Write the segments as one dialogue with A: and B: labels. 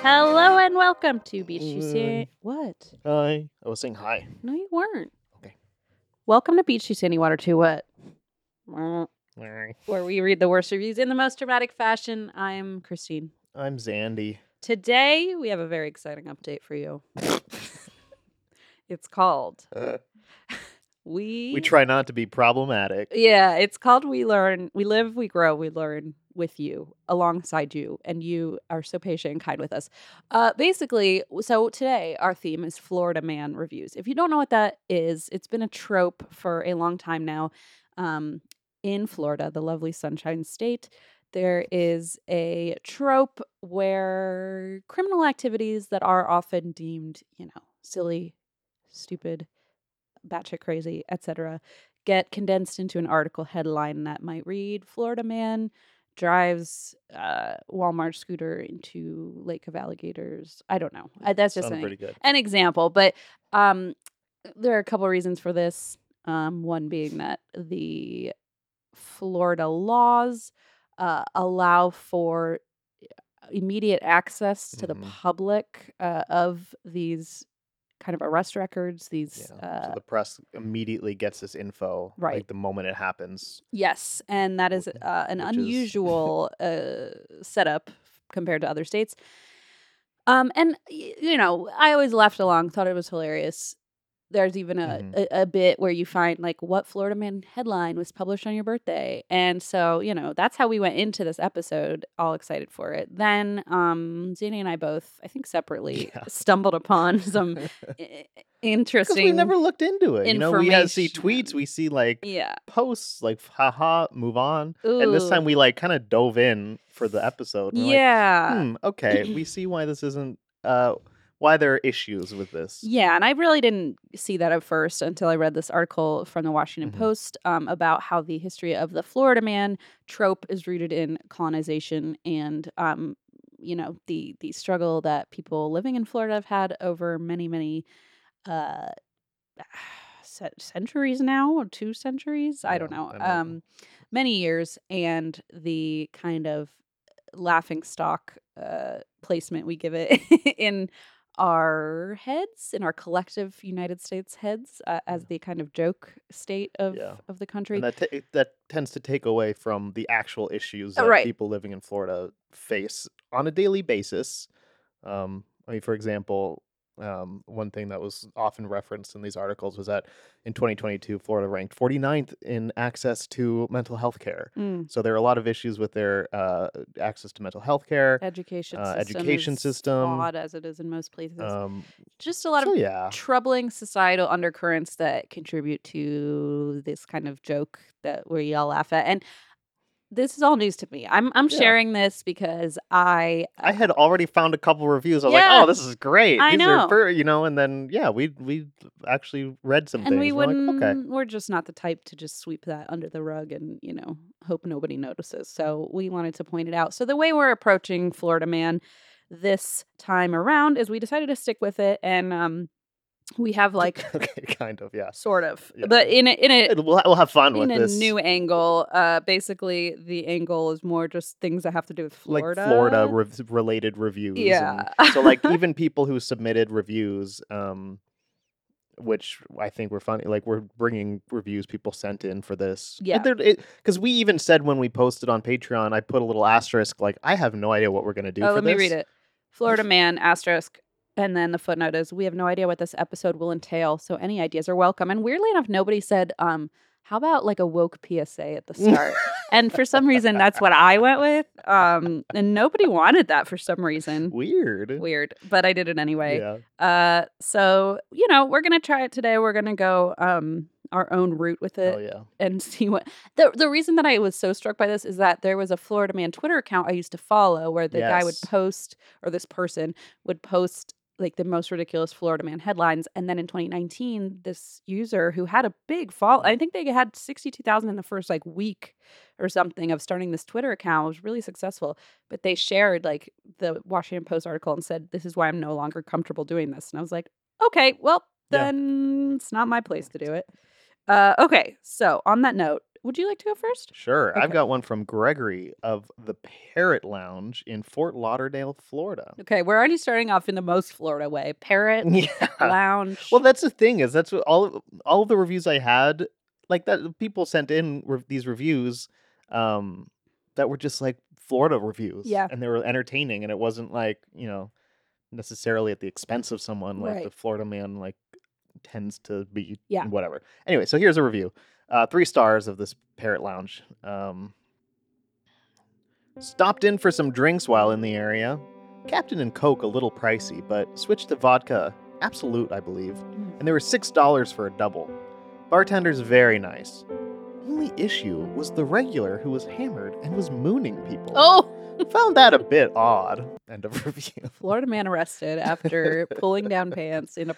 A: Hello and welcome to Beach to
B: Hello.
A: San. What?
B: Hi. I was saying hi.
A: No, you weren't.
B: Okay.
A: Welcome to Beach to Sandy Water to What? Where we read the worst reviews in the most dramatic fashion. I'm Christine.
B: I'm Zandy.
A: Today we have a very exciting update for you. it's called We.
B: We try not to be problematic.
A: Yeah, it's called We Learn. We live, we grow, we learn with you, alongside you, and you are so patient and kind with us. Uh, basically, so today our theme is Florida Man reviews. If you don't know what that is, it's been a trope for a long time now. Um, in Florida, the lovely Sunshine State, there is a trope where criminal activities that are often deemed, you know, silly, stupid, batshit crazy, etc., get condensed into an article headline that might read Florida man drives uh, Walmart scooter into lake of alligators. I don't know. I, that's just
B: Sound
A: an,
B: pretty good.
A: an example, but um, there are a couple reasons for this. Um, one being that the Florida laws uh, allow for immediate access to the
B: Mhm.
A: public uh, of these kind of arrest records. These
B: Yeah.
A: uh,
B: so the press immediately gets this info
A: Right.
B: like the moment it happens.
A: Yes, and that is
B: Wh-
A: uh, an
B: which is-
A: unusual uh, setup compared to other states. Um, and y- you know, I always laughed along, thought it was hilarious. There's even a,
B: Mhm.
A: a, a bit where you find like what Florida Man headline was published on your birthday, and so you know that's how we went into this episode, all excited for it. Then um, Zanny and I both, I think separately,
B: Yeah.
A: stumbled upon some
B: Because
A: i- i- interesting.
B: we never looked into it. You know, we had, see tweets,
A: information.
B: we see like
A: yeah.
B: posts, like haha, move on. And this
A: Ooh.
B: time we like kind of dove in for the episode. and we're like,
A: yeah.
B: hmm, okay, we see why this isn't uh why there are issues with this.
A: Yeah, and I really didn't see that at first until I read this article from the Washington
B: Mhm.
A: Post um, about how the history of the Florida man trope is rooted in colonization and, um, you know, the the struggle that people living in Florida have had over many, many uh, cen- centuries now, or two centuries, I
B: Yeah,
A: don't know,
B: I don't know.
A: um, many years, and the kind of laughing stock uh, placement we give it in our heads, in our collective United States heads, uh, as
B: Yeah.
A: the kind of joke state of
B: Yeah.
A: of the country.
B: And that ta- that tends to take away from the actual issues that
A: Uh, Right.
B: people living in Florida face on a daily basis. Um, I mean, for example, um, one thing that was often referenced in these articles was that in 2022, Florida ranked 49th in access to mental health care.
A: Mm.
B: So there are a lot of issues with their uh, access to mental health care.
A: Education
B: Uh,
A: system
B: education
A: is
B: system.
A: flawed as it is in most places.
B: Um,
A: Just a lot
B: so
A: of
B: yeah,
A: troubling societal undercurrents that contribute to this kind of joke that we all laugh at. And this is all news to me. I'm I'm
B: Yeah.
A: sharing this because I
B: I had already found a couple reviews. I was
A: Yeah.
B: like, "Oh, this is great!
A: I
B: These
A: know.
B: are, fir-, you know." And then, yeah, we we actually read some
A: and
B: things.
A: we
B: We're like,
A: wouldn't
B: okay,
A: we're just not the type to just sweep that under the rug and you know hope nobody notices so we wanted to point it out so the way we're approaching florida man this time around is we decided to stick with it and um we have like
B: okay, kind of, yeah.
A: sort of
B: Yeah.
A: but in a, in a
B: It- we'll, we'll have fun
A: in
B: with
A: a
B: this.
A: new angle uh basically the angle is more just things that have to do with
B: like
A: florida
B: Florida rev- related reviews. and-
A: yeah
B: so like even people who submitted reviews, um, which I think were funny. Like we're bringing reviews people sent in for this.
A: Yeah.
B: Because we even said when we posted on Patreon, I put a little asterisk. Like I have no idea what we're gonna do.
A: Oh,
B: for
A: let me read
B: this."
A: it. Florida man asterisk, and then the footnote is: We have no idea what this episode will entail, so any ideas are welcome. And weirdly enough, nobody said, um, "How about like a woke PSA at the start?" and for some reason, that's what I went with. Um, and nobody wanted that for some reason.
B: Weird.
A: Weird, but I did it anyway.
B: Yeah.
A: Uh, so you know, we're gonna try it today. We're gonna go um our own route with it
B: Hell Oh, yeah.
A: and see what the the reason that I was so struck by this is that there was a Florida Man Twitter account I used to follow where the guy would
B: Yes.
A: post or this person would post like the most ridiculous Florida Man headlines, and then in 2019, this user who had a big follow, I think they had 62,000 in the first like week or something of starting this Twitter account it was really successful, but they shared like the Washington Post article and said this is why I'm no longer comfortable doing this, and I was like, okay, well
B: Yeah.
A: then it's not my place to do it. Uh, okay, so on that note, would you like to go first?
B: Sure. I've
A: Okay.
B: got one from Gregory of the Parrot Lounge in Fort Lauderdale, Florida.
A: Okay, we're already starting off in the most Florida way. Parrot
B: Yeah.
A: lounge.
B: Well, that's the thing is that's what all of- all of the reviews I had like that people sent in re- these reviews um that were just like Florida reviews
A: Yeah.
B: and they were entertaining and it wasn't like, you know, necessarily at the expense of someone like the
A: Right.
B: Florida man like tends to be
A: Yeah.
B: whatever. Anyway, so here's a review. Uh 3 stars of this Parrot Lounge. Um Stopped in for some drinks while in the area. Captain and Coke a little pricey, but switched to vodka, absolute, I believe,
A: Mm.
B: and they were $6 for a double. Bartender's very nice. Only issue was the regular who was hammered and was mooning people.
A: oh,
B: Found that a bit odd. End of review.
A: Florida man arrested after pulling down pants in a,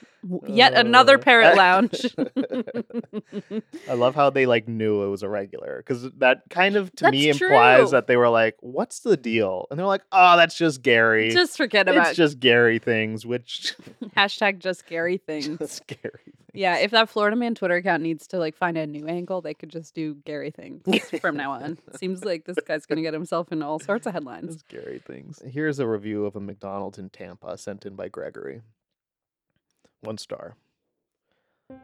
A: yet another parrot
B: Uh,
A: lounge.
B: I love how they like knew it was a regular because that kind of to me
A: That's
B: implies
A: true.
B: that they were like, "What's the deal?" And they're like, "Oh, that's just Gary.
A: just forget
B: it's
A: about
B: just Gary things," which
A: hashtag just scary thing.
B: just Gary.
A: Yeah, if that Florida man Twitter account needs to like find a new angle, they could just do Gary things from now on. Seems like this guy's gonna get himself in all sorts of headlines.
B: Scary things. Here's a review of a McDonald's in Tampa sent in by Gregory. One star.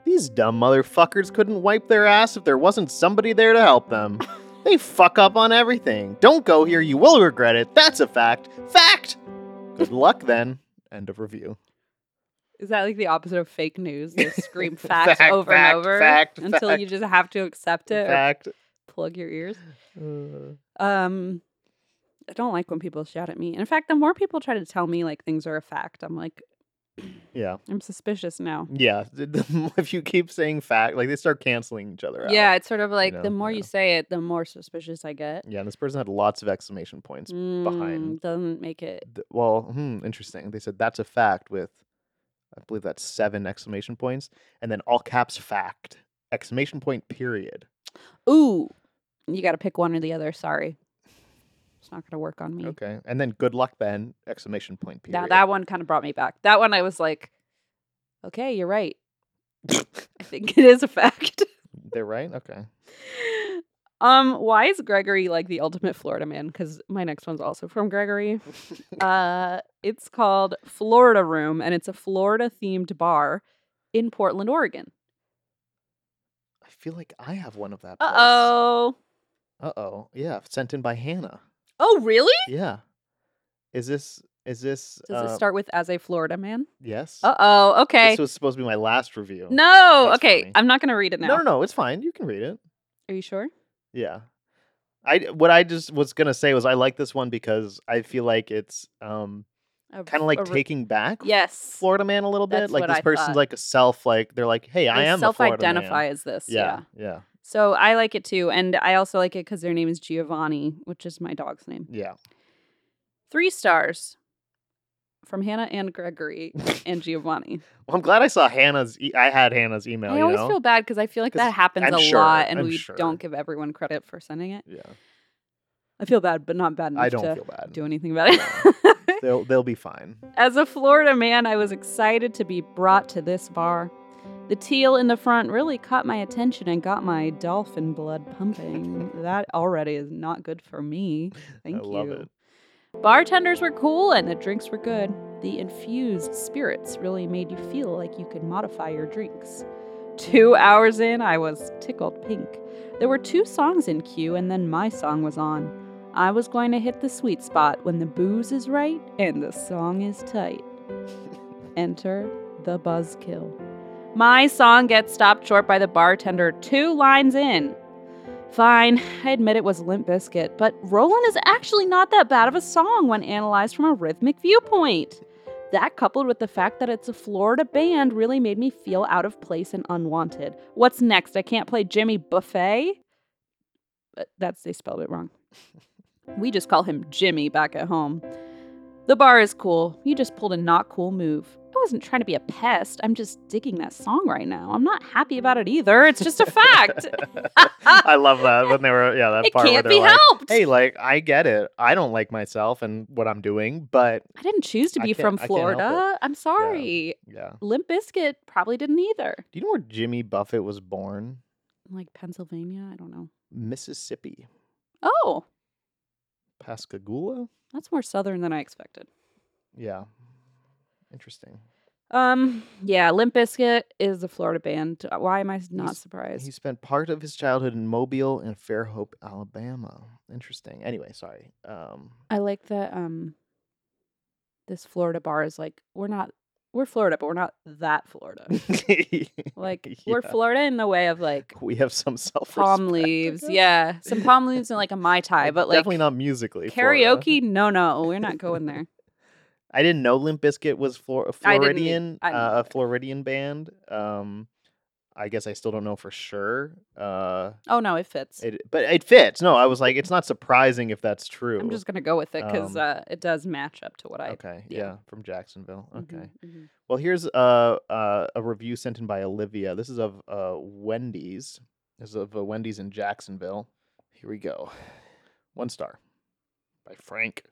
B: These dumb motherfuckers couldn't wipe their ass if there wasn't somebody there to help them. They fuck up on everything. Don't go here, you will regret it. That's a fact. Fact! Good luck then. End of review.
A: Is that like the opposite of fake news? They scream facts
B: Fact,
A: over
B: fact,
A: and over
B: fact,
A: until you just have to accept it or
B: fact.
A: plug your ears.
B: Uh,
A: Um, I don't like when people shout at me. And in fact, the more people try to tell me like things are a fact, I'm like,
B: yeah.
A: I'm suspicious now.
B: Yeah. if you keep saying fact, like they start canceling each other out.
A: Yeah, it's sort of like
B: know,
A: the more
B: yeah.
A: you say it, the more suspicious I get.
B: Yeah. And this person had lots of exclamation points behind.
A: Mm, doesn't make it
B: th- well, hmm, interesting. They said that's a fact with, I believe that's seven exclamation points, and then all caps fact exclamation point period.
A: Ooh, you got to pick one or the other. Sorry, it's not going to work on me.
B: Okay, and then good luck then exclamation point period.
A: Mm. Now that one kind of brought me back. That one I was like, okay, you're right. I think it is a fact.
B: They're right. Okay.
A: Um, why is Gregory like the ultimate Florida man? Because my next one's also from Gregory. Uh, it's called Florida Room, and it's a Florida themed bar in Portland, Oregon.
B: I feel like I have one of that.
A: Uh oh.
B: Uh oh. Yeah, sent in by Hannah.
A: Oh, really?
B: Yeah. Is this? Is this?
A: Does
B: uh,
A: it start with as a Florida man?
B: Yes.
A: Uh oh. Okay.
B: This was supposed to be my last review.
A: no.
B: That's
A: Okay.
B: funny.
A: I'm not going to read it now.
B: No, no, no. It's fine. You can read it.
A: Are you sure?
B: Yeah. I what I just was gonna say was I like this one because I feel like it's um kind of like
A: taking.
B: taking back
A: Yes.
B: Florida man a little bit.
A: That's
B: like
A: what
B: this
A: I
B: person's
A: thought.
B: like a self like they're like hey I
A: They
B: am a
A: self-identify
B: Florida man.
A: as this. Yeah.
B: Yeah, yeah,
A: So I like it too, and I also like it because their name is Giovanni, which is my dog's name.
B: yeah.
A: Three stars from Hannah and Gregory and Giovanni.
B: Well, I'm glad I saw Hannah's. E- I had Hannah's email.
A: I
B: you
A: always
B: know?
A: feel bad because I feel like
B: 'Cause
A: that happens
B: I'm
A: a
B: sure,
A: lot, and
B: I'm
A: we
B: sure.
A: don't give everyone credit for sending it.
B: Yeah,
A: I feel bad, but not bad enough
B: I don't
A: to
B: feel bad.
A: do anything about it.
B: They'll they'll be fine.
A: As a Florida man, I was excited to be brought to this bar. The teal in the front really caught my attention and got my dolphin blood pumping. that already is not good for me. Thank you.
B: love it.
A: Bartenders were cool and the drinks were good. The infused spirits really made you feel like you could modify your drinks. Two hours in, I was tickled pink. There were two songs in queue, and then my song was on. I was going to hit the sweet spot when the booze is right and the song is tight. Enter the buzzkill. My song gets stopped short by the bartender two lines in. Fine, I admit it was Limp Biscuit, but Roland is actually not that bad of a song when analyzed from a rhythmic viewpoint. That coupled with the fact that it's a Florida band really made me feel out of place and unwanted. What's next? I can't play Jimmy Buffet? But that's, they spelled it wrong. we just call him Jimmy back at home. The bar is cool. You just pulled a not cool move. I wasn't trying to be a pest. I'm just digging that song right now. I'm not happy about it either. It's just a fact.
B: I love that when they were yeah that
A: it
B: part where
A: can't
B: they're
A: be
B: like,
A: helped.
B: hey like I get it I don't like myself and what I'm doing but
A: I didn't choose to
B: I
A: be
B: can't-
A: from
B: I can't help it.
A: Florida. I'm sorry.
B: yeah
A: Limp Bizkit probably didn't either.
B: do you know where Jimmy Buffett was born
A: Like Pennsylvania, I don't know.
B: Mississippi
A: Oh,
B: Pascagoula
A: that's more southern than I expected.
B: yeah interesting
A: Um, yeah, Limp Bizkit is a Florida band. Uh, Why am I s- not
B: He's-
A: surprised?
B: He spent part of his childhood in Mobile and Fairhope, Alabama. Interesting. Anyway, sorry. Um,
A: I like that um this Florida bar is like we're not we're Florida, but we're not that Florida. Like we're
B: Yeah.
A: Florida in the way of like
B: we have some self
A: palm leaves. Yeah, some palm leaves and like a mai tai, but like
B: definitely not musically. Florida.
A: karaoke. No, no, we're not going there.
B: I didn't know Limp Bizkit was Flor- a
A: I didn't e-
B: Floridian,
A: I didn't
B: uh, a
A: either.
B: Floridian band. Um, I guess I still don't know for sure. Uh,
A: Oh no, it fits.
B: it, but it fits. No, I was like, it's not surprising if that's true.
A: I'm just gonna go with it because
B: Um,
A: uh, it does match up to what I.
B: okay.
A: yeah.
B: Yeah. from Jacksonville.
A: Mhm,
B: Okay.
A: mhm.
B: Well, here's uh, uh, a review sent in by Olivia. This is of uh, Wendy's. This is of a Wendy's in Jacksonville. Here we go. One star by Frank.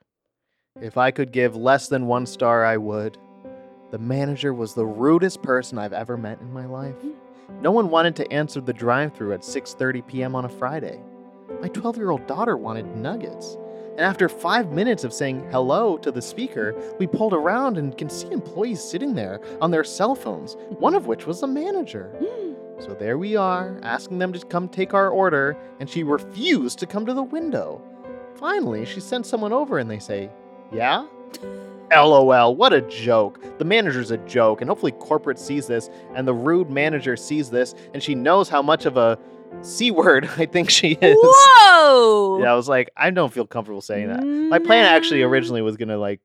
B: If I could give less than one star, I would. The manager was the rudest person I've ever met in my life. No one wanted to answer the drive-through at 6:30 p.m. on a Friday. My 12-year-old daughter wanted nuggets. And after five minutes of saying hello to the speaker, we pulled around and can see employees sitting there on their cell phones, one of which was the manager. So there we are, asking them to come take our order, and she refused to come to the window. Finally, she sent someone over and they say, Yeah? LOL, what a joke. The manager's a joke, and hopefully corporate sees this, and the rude manager sees this, and she knows how much of a C word I think she is.
A: Whoa! Mm-hmm.
B: Yeah, I was like, I don't feel comfortable saying that. My plan actually
A: Nah.
B: originally was gonna like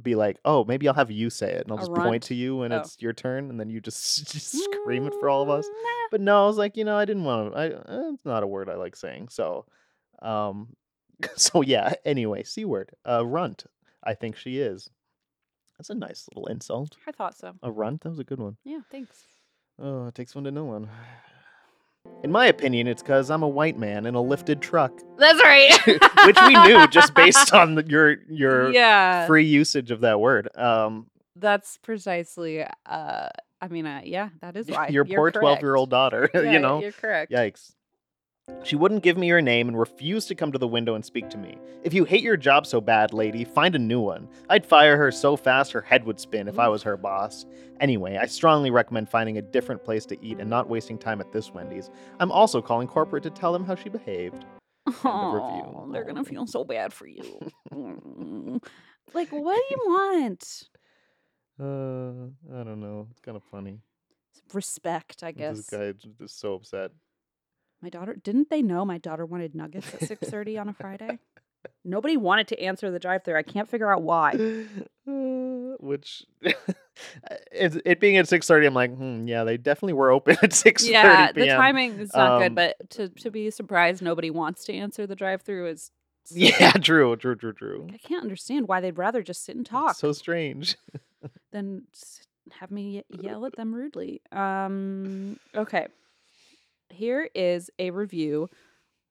B: be like, oh, maybe I'll have you say it, and I'll
A: A
B: just
A: runt?
B: point to you when
A: Oh. Mm.
B: it's your turn, and then you just, just scream it for all of us.
A: Nah.
B: But no, I was like, you know, I didn't want to. I uh, it's not a word I like saying, so, um, so yeah. Anyway, c word, uh, runt. I think she is. That's a nice little insult.
A: I thought so.
B: A runt. That was a good one.
A: Yeah, thanks.
B: Oh, it takes one to know one. In my opinion, it's because I'm a white man in a lifted truck,
A: That's right.
B: which we knew just based on the- your your
A: yeah,
B: free usage of that word. Um,
A: that's precisely. Uh, I mean, uh, yeah, that is why
B: your
A: You're
B: poor
A: correct.
B: twelve-year-old daughter.
A: Yeah,
B: you know,
A: you're correct.
B: yikes. She wouldn't give me her name and refused to come to the window and speak to me. If you hate your job so bad, lady, find a new one. I'd fire her so fast her head would spin if I was her boss. Anyway, I strongly recommend finding a different place to eat and not wasting time at this Wendy's. I'm also calling corporate to tell them how she behaved.
A: Oh, they're gonna feel so bad for you. Mm. like, what do you want?
B: Uh, I don't know. It's kind of funny.
A: Respect, I
B: This
A: guess.
B: guy is so upset.
A: My daughter didn't they know my daughter wanted nuggets at six thirty on a Friday? Nobody wanted to answer the drive-through. I can't figure out why.
B: Uh, which it, it being at 6.30 i'm like hmm, yeah they definitely were open at 6.30
A: Yeah, the
B: p.m
A: timing is not
B: Um,
A: good, but to to be surprised nobody wants to answer the drive-through is.
B: yeah true true true true
A: I can't understand why they'd rather just sit and
B: It's
A: talk
B: so strange
A: than s- have me ye- yell at them rudely. Um, okay. Here is a review,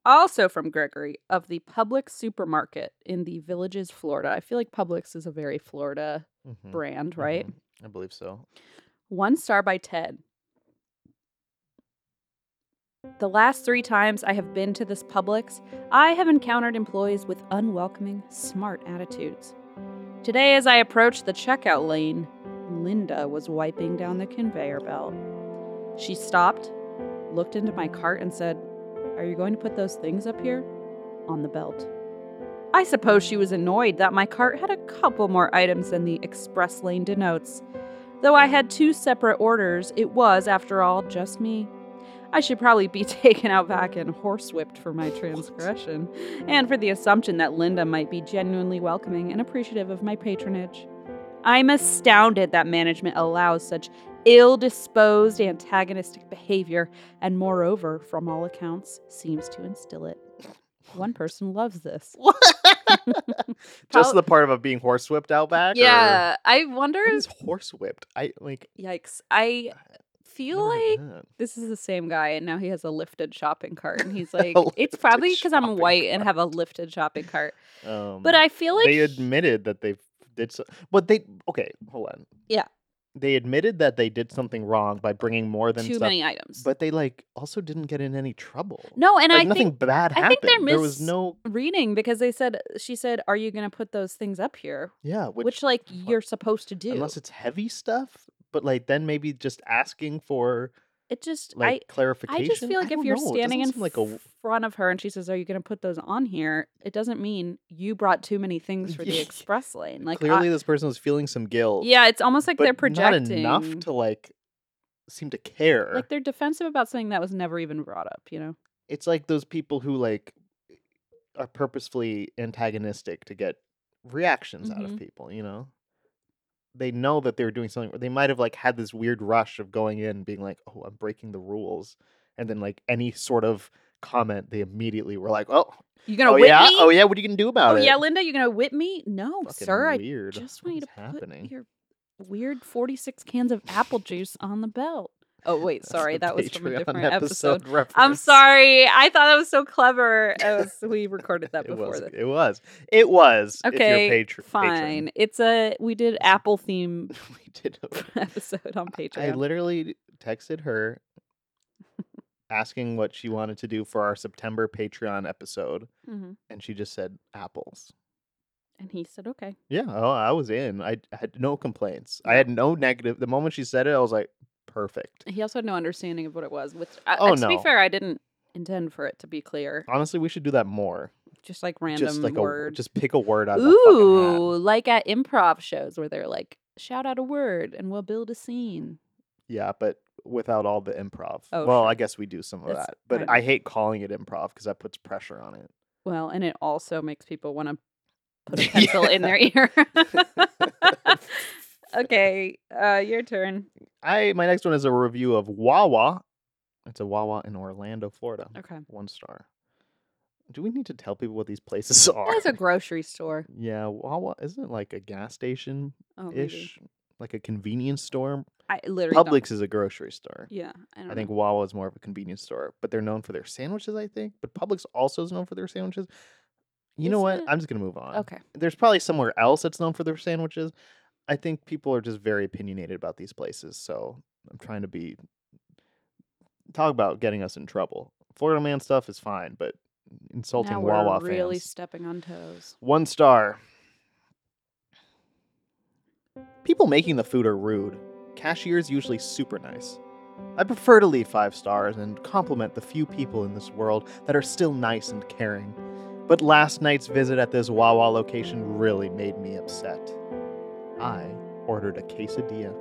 A: also from Gregory, of the Publix supermarket in the Villages, Florida. I feel like Publix is a very Florida
B: Mhm,
A: brand, right?
B: mhm. i believe so
A: One star by Ted. The last three times I have been to this Publix, I have encountered employees with unwelcoming, smart attitudes. Today, as I approached the checkout lane, Linda was wiping down the conveyor belt. She stopped, looked into my cart, and said, Are you going to put those things up here? On the belt. I suppose she was annoyed that my cart had a couple more items than the express lane denotes. Though I had two separate orders, it was, after all, just me. I should probably be taken out back and horsewhipped for my transgression, and for the assumption that Linda might be genuinely welcoming and appreciative of my patronage. I'm astounded that management allows such ill disposed antagonistic behavior, and moreover, from all accounts, seems to instill it. One person loves this.
B: Just the part about being horsewhipped out back. or-
A: Yeah, I wonder
B: What
A: if.
B: is horsewhipped? I like.
A: Yikes. I feel
B: never heard
A: like
B: that.
A: this is the same guy, and now he has a lifted shopping cart. And he's like, it's
B: lifted
A: probably because I'm
B: shopping
A: white and have a lifted shopping cart.
B: Um,
A: But I feel like.
B: they admitted that they did so. But they okay, hold on.
A: Yeah.
B: they admitted that they did something wrong by bringing more than
A: too
B: stuff,
A: many items.
B: But they like also didn't get in any trouble.
A: no, and
B: like,
A: I
B: nothing
A: think
B: bad
A: I
B: happened.
A: think they're
B: There was
A: mis-
B: no
A: reading because they said she said, "Are you going to put those things up here?"
B: yeah,
A: Which,
B: which,
A: like
B: fuck-
A: you're supposed to do.
B: unless it's heavy stuff. But like then maybe just asking for
A: it just
B: like
A: I
B: clarification.
A: I just feel like if
B: don't
A: you're
B: know, it
A: standing in
B: doesn't seem like a
A: front of her and she says, "Are you going to put those on here?" It doesn't mean you brought too many things for the
B: Yeah.
A: express lane. Like I-
B: clearly this person was feeling some guilt.
A: yeah, it's almost like
B: but
A: they're projecting
B: not enough to like seem to care.
A: like they're defensive about something that was never even brought up. You know?
B: it's like those people who like are purposefully antagonistic to get reactions out
A: Mhm.
B: of people you know they know that they were doing something they might have like had this weird rush of going in being like oh i'm breaking the rules and then like any sort of comment they immediately were like oh
A: You're gonna
B: oh
A: whip
B: yeah
A: me?
B: oh yeah what are you gonna do about
A: Oh,
B: it
A: yeah, Linda, you're gonna whip me? No,
B: Fucking
A: sir. I
B: weird.
A: just
B: What
A: want you
B: is
A: to
B: happening
A: put your weird 46 cans of apple juice on the belt. Oh, wait,
B: That's
A: sorry.
B: the
A: That was from a
B: Patreon
A: different episode. I'm
B: reference.
A: sorry. I thought that was so clever. It was, we recorded that
B: it
A: before.
B: was
A: this.
B: it was it was if you're
A: Okay,
B: patr- patron.
A: fine. It's a we did apple theme
B: we did a
A: episode on Patreon.
B: I literally texted her asking what she wanted to do for our September Patreon episode,
A: Mhm.
B: and she just said apples.
A: And he said, "Okay,
B: Yeah, oh, I was in. I I had no complaints. I had no negative. The moment she said it, I was like, perfect.
A: He also had no understanding of what it was, which, I,
B: Oh,
A: to be
B: no.
A: fair, I didn't intend for it to be clear.
B: Honestly, we should do that more.
A: Just like random
B: just like a
A: words.
B: just pick a word out of a fucking
A: Ooh,
B: hat.
A: like at improv shows where they're like, shout out a word and we'll build a scene.
B: Yeah, but without all the improv.
A: Oh,
B: well,
A: sure.
B: I guess we do some of
A: That's
B: that, but
A: fine.
B: I hate calling it improv because that puts pressure on it.
A: Well, and it also makes people want to put a
B: Yeah.
A: pencil in their ear. okay, uh, your turn.
B: I my next one is a review of Wawa. It's a Wawa in Orlando, Florida.
A: Okay.
B: One star. Do we need to tell people what these places are?
A: It's a grocery store.
B: yeah, Wawa isn't it like a gas station
A: Oh, maybe.
B: ish, like a convenience store.
A: I literally. don't-
B: Publix is a grocery store.
A: Yeah, I don't
B: I think
A: know.
B: Wawa is more of a convenience store, but they're known for their sandwiches. I think, but Publix also is known for their sandwiches. You know what?
A: Isn't it?
B: I'm just gonna move on.
A: Okay.
B: There's probably somewhere else that's known for their sandwiches. I think people are just very opinionated about these places, so I'm trying to be talk about getting us in trouble. Florida man stuff is fine, but insulting
A: now we're
B: Wawa
A: really
B: fans.
A: stepping on toes.
B: One star. People making the food are rude. Cashiers usually super nice. I prefer to leave five stars and compliment the few people in this world that are still nice and caring. But last night's visit at this Wawa location really made me upset. I ordered a quesadilla.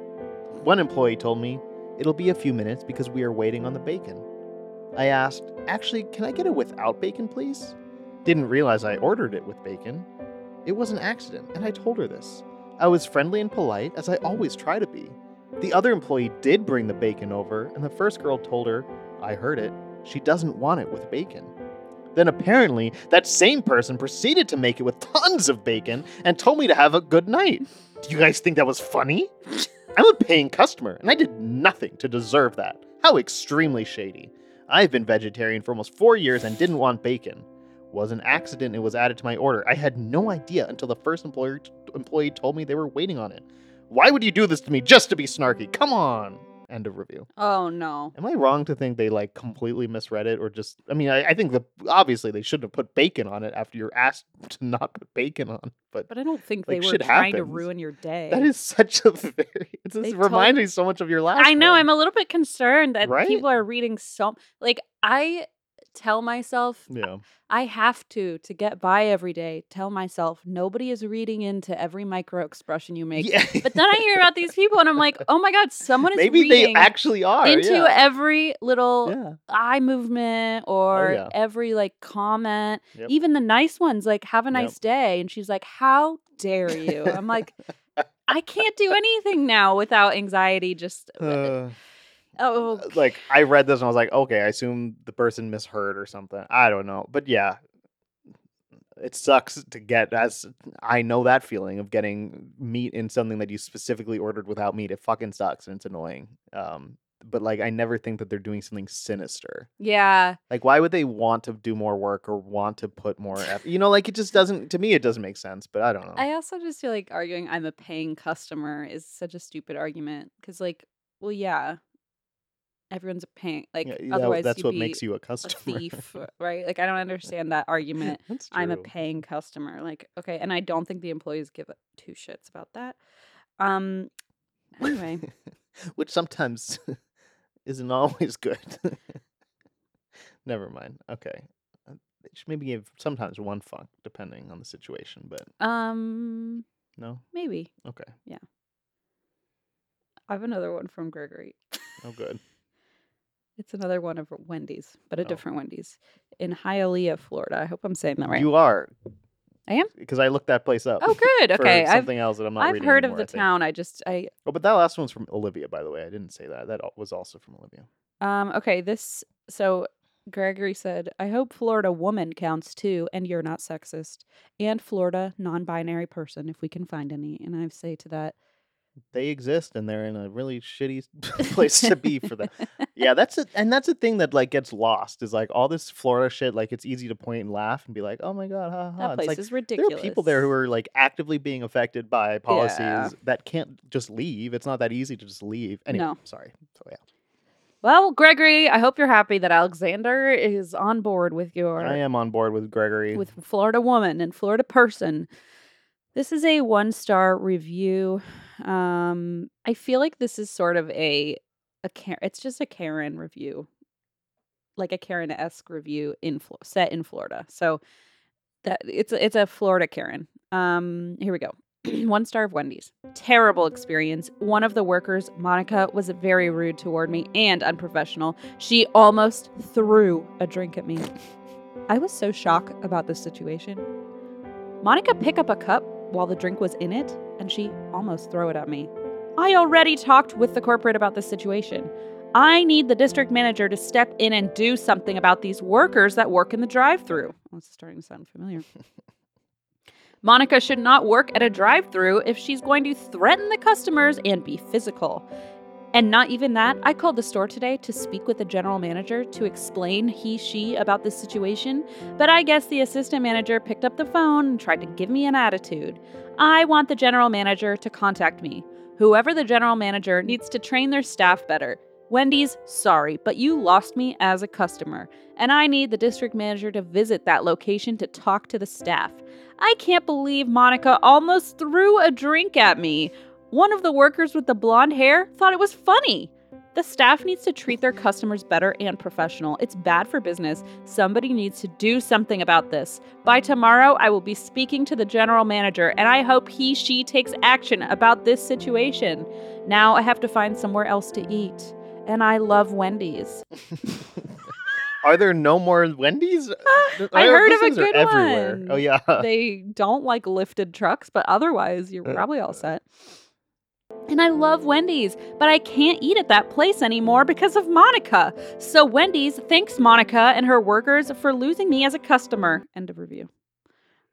B: One employee told me, It'll be a few minutes because we are waiting on the bacon. I asked, Actually, can I get it without bacon, please? Didn't realize I ordered it with bacon. It was an accident, and I told her this. I was friendly and polite, as I always try to be. The other employee did bring the bacon over, and the first girl told her, I heard it, she doesn't want it with bacon. Then apparently, that same person proceeded to make it with tons of bacon and told me to have a good night. Do you guys think that was funny? I'm a paying customer, and I did nothing to deserve that. How extremely shady. I've been vegetarian for almost four years and didn't want bacon was an accident. It was added to my order. I had no idea until the first employer employee told me they were waiting on it. Why would you do this to me just to be snarky? Come on. End of review.
A: Oh no.
B: Am I wrong to think they like completely misread it or just? I mean, I, I think the obviously they shouldn't have put bacon on it after you're asked to not put bacon on. But,
A: But I don't think
B: Like,
A: they were
B: shit
A: trying to
B: happens.
A: ruin your day.
B: that is such a very. It
A: They
B: just
A: told-
B: reminds me so much of your last.
A: I know.
B: one.
A: I'm a little bit concerned that
B: Right?
A: people are reading so. Like I tell myself
B: Yeah.
A: I have to to get by every day. Tell myself nobody is reading into every micro expression you make.
B: yeah.
A: But then I hear about these people, and I'm like, oh my god, someone is
B: Maybe they
A: reading
B: actually are.
A: into
B: yeah.
A: every little
B: yeah.
A: eye movement or
B: Oh, yeah.
A: every like comment,
B: Yep.
A: even the nice ones, like "Have a
B: Yep.
A: nice day," and she's like, "How dare you?" I'm like, I can't do anything now without anxiety. Just
B: Uh,
A: oh,
B: like I read this and I was like, okay, I assume the person misheard or something. I don't know, but yeah, it sucks to get. As I know that feeling of getting meat in something that you specifically ordered without meat, it fucking sucks and it's annoying. Um, but like, I never think that they're doing something sinister.
A: yeah.
B: Like, why would they want to do more work or want to put more effort? You know, like it just doesn't. To me, it doesn't make sense. But I don't know.
A: I also just feel like arguing I'm a paying customer is such a stupid argument because, like, well, yeah, everyone's a paying. Like,
B: Yeah, that-
A: otherwise,
B: that's
A: you'd
B: what
A: be
B: makes you a
A: a
B: customer.
A: thief, right? Like, I don't understand that argument.
B: That's
A: I'm a
B: true.
A: paying customer. Like, okay, and I don't think the employees give two shits about that. Um. Anyway,
B: which sometimes isn't always good. Never mind. Okay, Uh, they should maybe give sometimes one fuck depending on the situation, but
A: um,
B: no.
A: maybe
B: Okay,
A: I have another one from Gregory.
B: oh good.
A: It's another one of Wendy's, but a
B: Oh.
A: different Wendy's in Hialeah, Florida. I hope I'm saying that right.
B: You are.
A: I am?
B: because I looked that place up.
A: oh, good.
B: for
A: Okay, I've
B: something else that I'm not.
A: I've
B: reading
A: heard of
B: anymore,
A: the
B: I think.
A: town. I just I
B: Oh, but that last one's from Olivia, by the way. I didn't say that. That al- was also from Olivia.
A: um okay, this so Gregory said, I hope Florida woman counts too, and you're not sexist. And Florida non binary person, if we can find any. And I say to that
B: they exist and they're in a really shitty place to be for them. Yeah, that's a, and that's a thing that like gets lost is like all this Florida shit. Like it's easy to point and laugh and be like, oh my god, ha
A: that
B: ha. It's
A: place
B: like
A: is
B: there
A: ridiculous.
B: are people there who are like actively being affected by policies
A: Yeah.
B: that can't just leave. It's not that easy to just leave. Anyway,
A: No.
B: sorry. So yeah,
A: Well, Gregory, I hope you're happy that Alexander is on board with your
B: I am on board with Gregory.
A: with Florida woman and Florida person. This is a one star review. Um, I feel like this is sort of a a Karen. It's just a Karen review, like a Karen esque review in Flo- set in Florida. So that it's a- it's a Florida Karen. Um, here we go. One star of Wendy's. Terrible experience. One of the workers, Monica, was very rude toward me and unprofessional. She almost threw a drink at me. I was so shocked about this situation. Monica picked up a cup while the drink was in it, and she almost threw it at me. I already talked with the corporate about this situation. I need the district manager to step in and do something about these workers that work in the drive-through. Oh, this is starting to sound familiar. Monica should not work at a drive-through if she's going to threaten the customers and be physical. And not even that, I called the store today to speak with the general manager to explain he, she about this situation, but I guess the assistant manager picked up the phone and tried to give me an attitude. I want the general manager to contact me. Whoever the general manager needs to train their staff better. Wendy's, sorry, but you lost me as a customer, and I need the district manager to visit that location to talk to the staff. I can't believe Monica almost threw a drink at me. One of the workers with the blonde hair thought it was funny. The staff needs to treat their customers better and professional. It's bad for business. Somebody needs to do something about this. By tomorrow, I will be speaking to the general manager, and I hope he, she takes action about this situation. Now I have to find somewhere else to eat. And I love Wendy's.
B: Uh, are there no more Wendy's?
A: Ah, I
B: hope
A: heard
B: these
A: of a
B: things are
A: good
B: everywhere.
A: one.
B: Oh yeah.
A: they don't like lifted trucks, but otherwise, you're
B: Uh,
A: probably all set. And I love Wendy's, but I can't eat at that place anymore because of Monica. So, Wendy's thanks Monica and her workers for losing me as a customer. End of review.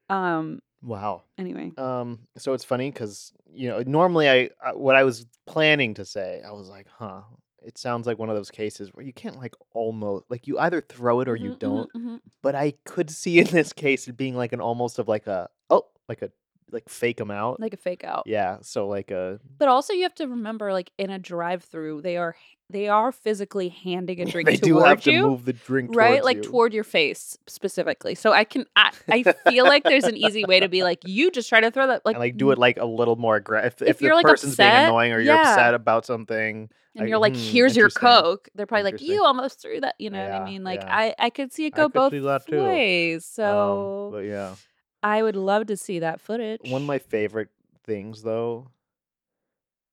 A: Um,
B: Wow.
A: anyway.
B: Um, so it's funny because you know normally I, I what I was planning to say I was like, huh, it sounds like one of those cases where you can't like almost like you either throw it or you
A: Mhm, mhm,
B: don't.
A: mhm.
B: But I could see in this case it being like an almost of like a oh like a like fake them out.
A: Like oh. a fake out.
B: yeah, so like uh, a
A: But also, you have to remember, like in a drive-through, they are they are physically handing a drink
B: they do
A: toward
B: have to
A: you,
B: move the drink
A: right?
B: towards
A: Like
B: you.
A: toward your face specifically. So I can I, I feel like there's an easy way to be like, you just try to throw that like
B: and like do it like a little more aggressive. If,
A: if
B: the
A: you're, like,
B: person's being
A: upset,
B: annoying or you're
A: yeah.
B: upset about something,
A: and
B: I-
A: you're like,
B: hmm,
A: here's your
B: interesting.
A: coke. They're probably like,
B: Interesting.
A: you almost threw that. You know what I
B: Yeah,
A: mean? Like
B: yeah.
A: I I could see it
B: I
A: go
B: could
A: both
B: see that too.
A: ways.
B: um,
A: So
B: but yeah.
A: I would love to see that footage.
B: One of my favorite things though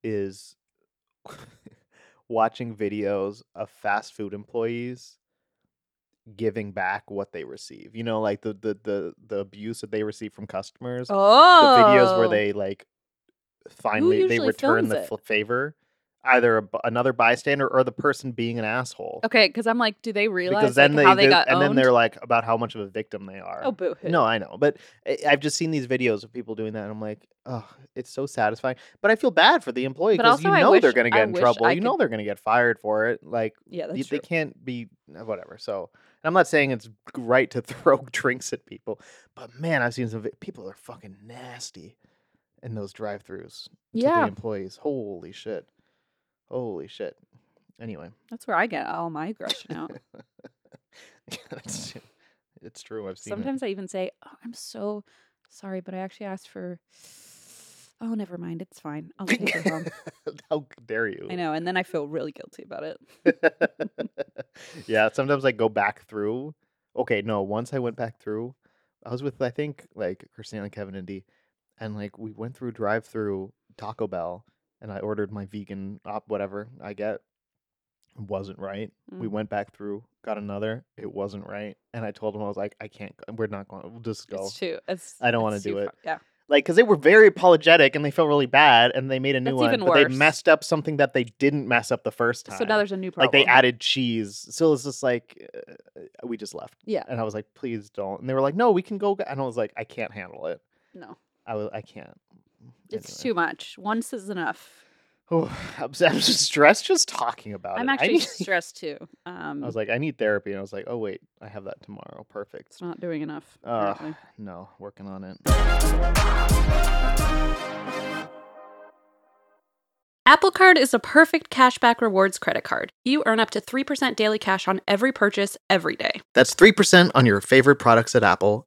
B: is watching videos of fast food employees giving back what they receive. You know, like the the the, the abuse that they receive from customers.
A: oh
B: The videos where they like finally they
A: usually
B: return
A: films
B: the
A: it?
B: f- favor, either a b another bystander or the person being an asshole.
A: Okay, because I'm like, do they realize
B: because then
A: like, how
B: they,
A: they
B: do-
A: got
B: and then
A: owned?
B: they're like about how much of a victim they are.
A: oh boo hoo.
B: No, I know, but I- I've just seen these videos of people doing that, and I'm like, oh, it's so satisfying. But I feel bad for the employee
A: But
B: because you
A: also I
B: know they're
A: wish-
B: going to
A: I
B: get in
A: wish
B: trouble.
A: I
B: you know
A: could-
B: they're going to get fired for it. Like
A: yeah,
B: y-
A: that's
B: they
A: true.
B: can't be uh, whatever. So, and I'm not saying it's g- right to throw drinks at people, but man, I've seen some vi- people are fucking nasty in those drive-throughs to the
A: Yeah,
B: employees. Holy shit! Holy shit! Anyway,
A: that's where I get all my aggression out.
B: it's, it's true. I've seen
A: Sometimes I even say, oh, I'm so sorry, but I actually asked for. Oh, never mind. It's fine. I'll take it home.
B: it. How dare you?
A: I know. And then I feel really guilty about it.
B: yeah, sometimes I go back through. Okay, no, once I went back through, I was with I think like Christina and Kevin and D, and like we went through drive through Taco Bell, and I ordered my vegan op whatever I get. It wasn't right. We
A: Mm.
B: went back through, got another. It wasn't right, and I told him I was like, I can't. go- We're not going. We'll just go.
A: It's too. It's,
B: I don't wanna
A: it's
B: do
A: too
B: it.
A: far- Yeah.
B: like, because they were very apologetic and they felt really bad, and they made a new
A: That's
B: one,
A: even
B: but they
A: worse.
B: messed up something that they didn't mess up the first time
A: So now there's a new problem.
B: like they added cheese. So it's just like uh, we just left.
A: Yeah.
B: And I was like, please don't. And they were like, no, we can go. g-" And I was like, I can't handle it.
A: No,
B: I was, I can't.
A: it's too much. Once is enough.
B: too. I'm, s- I'm just stressed just talking about
A: I'm
B: it. I,
A: actually
B: need-
A: stressed too. Um,
B: I was like, I need therapy, and I was like, oh wait, I have that tomorrow. Perfect.
A: it's not doing enough.
B: Uh,
A: apparently.
B: no, working on it.
C: Apple Card is a perfect cashback rewards credit card. You earn up to 3% daily cash on every purchase every day.
B: That's three percent on your favorite products at Apple,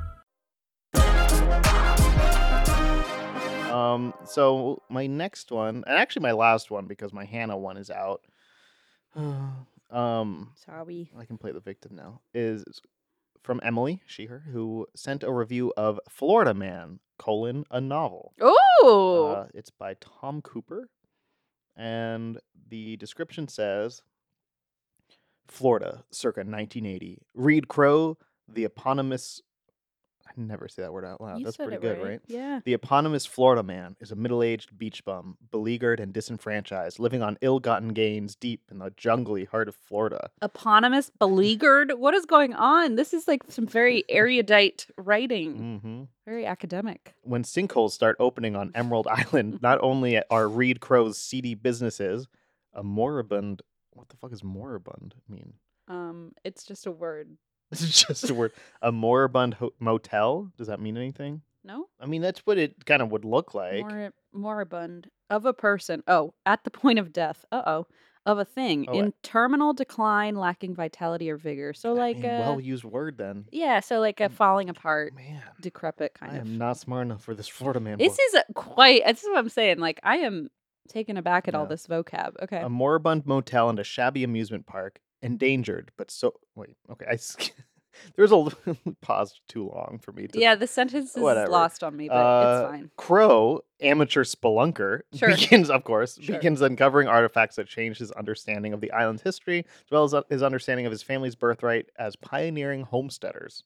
B: Um, so my next one, and actually my last one because my Hannah one is out. um,
A: Sorry.
B: I can play the victim now, is from Emily, she, her, who sent a review of Florida Man, colon, a novel.
A: Oh,
B: Uh, it's by Tom Cooper. And the description says Florida, circa 1980. Reed Crow, the eponymous. I never say that word out loud.
A: you
B: uh, That's
A: said
B: pretty
A: it
B: good,
A: right.
B: right?
A: Yeah.
B: The eponymous Florida man is a middle aged beach bum, beleaguered and disenfranchised, living on ill gotten gains deep in the jungly heart of Florida.
A: Eponymous, beleaguered. What is going on? This is like some very erudite writing.
B: Mm-hmm.
A: Very academic.
B: When sinkholes start opening on Emerald Island, not only are Reed Crow's seedy businesses a moribund. What the fuck is moribund mean?
A: Um, it's just a word.
B: This is just a word. A moribund ho- motel? Does that mean anything?
A: No,
B: I mean, that's what it kind of would look like.
A: Mor- moribund of a person. Oh, at the point of death. Uh oh, of a thing
B: Oh, uh,
A: in terminal decline, lacking vitality or vigor. So like,
B: I mean, well
A: uh,
B: used word then.
A: yeah. So like a
B: Mm.
A: falling apart,
B: Man,
A: decrepit kind
B: I
A: of.
B: am not smart enough for this Florida man.
A: this
B: book.
A: is a quite. This is what I'm saying. Like I am taken aback at all
B: Yeah.
A: this vocab. Okay.
B: a moribund motel and a shabby amusement park, endangered, but so wait, okay, I sk- there was a l- pause too long for me to
A: yeah, the sentence is
B: whatever.
A: lost on me, but
B: Uh,
A: it's fine.
B: Crow, amateur spelunker,
A: Sure.
B: begins, of course,
A: Sure.
B: begins uncovering artifacts that change his understanding of the island's history, as well as uh, his understanding of his family's birthright as pioneering homesteaders.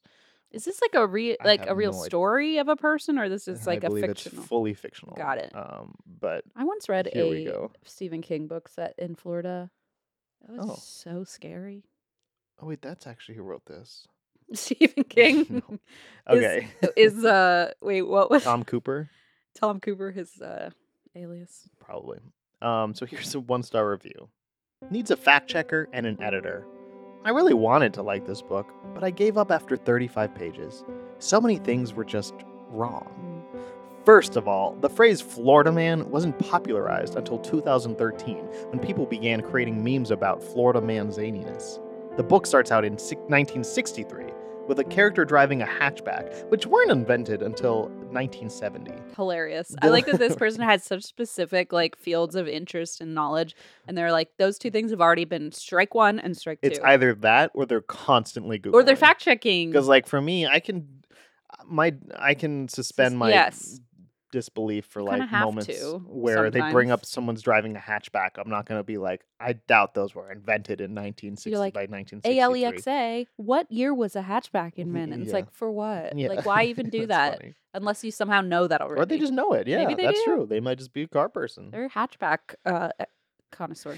A: Is this like a real
B: I
A: like a
B: have
A: real
B: no idea.
A: story of a person, or this is
B: I
A: like a
B: believe
A: fictional?
B: it's fully fictional.
A: Got it.
B: Um, but
A: I once read
B: here
A: a
B: we go.
A: Stephen King book set in Florida. That was
B: Oh.
A: so scary.
B: Oh wait, that's actually who wrote this.
A: Stephen King
B: No. Okay,
A: is, is uh wait what was Tom,
B: Tom Cooper.
A: Cooper his uh alias?
B: Probably. Um, so here's a one star review. Needs a fact checker and an editor. I really wanted to like this book, but I gave up after 35 pages. so many things were just wrong. First of all, the phrase Florida man wasn't popularized until 2013 when people began creating memes about Florida man zaniness. The book starts out in si- 1963 with a character driving a hatchback, which weren't invented until 1970.
A: Hilarious. I
B: The-
A: like that this person had such specific like fields of interest and knowledge, and they're like those two things have already been strike one and strike two,
B: It's either that or they're constantly Googling.
A: or they're fact checking.
B: Because, like, for me, I can. uh, My I can suspend my
A: yes.
B: disbelief for
A: You kinda
B: like
A: have
B: moments
A: to
B: where they bring
A: sometimes.
B: up someone's driving a hatchback. I'm not going to be like, I doubt those were invented in 1960
A: like,
B: by 1963.
A: A L E X A. What year was a hatchback invented? It's
B: Yeah.
A: like for what?
B: Yeah.
A: Like why even do
B: That's
A: that
B: funny.
A: unless you somehow know that already?
B: Or they just know it. Yeah,
A: they
B: that's
A: do.
B: true. They might just be a car person.
A: they're a hatchback uh, e- connoisseur.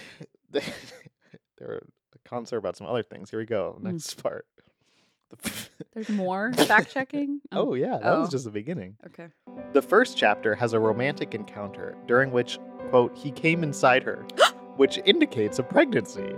B: They're a concert about some other things. Here we go.
A: Mm.
B: Next part.
A: There's more fact checking.
B: Oh, yeah. That was
A: oh.
B: just the beginning.
A: okay.
B: The first chapter has a romantic encounter during which, quote, he came inside her, which indicates a pregnancy.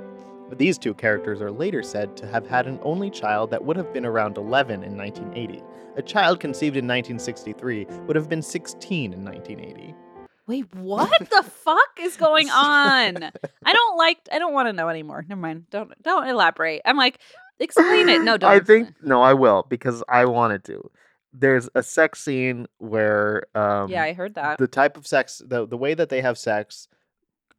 B: These two characters are later said to have had an only child that would have been around 11 in 1980. A child conceived in 1963 would have been 16 in 1980.
A: Wait, what the fuck is going on? I don't like. I don't want to know anymore. Never mind. Don't don't elaborate. I'm like, explain it. No, don't.
B: I think
A: explain
B: no, I will because I wanted to. There's a sex scene where
A: it.
B: um,
A: yeah, I heard that.
B: the type of sex, the the way that they have sex,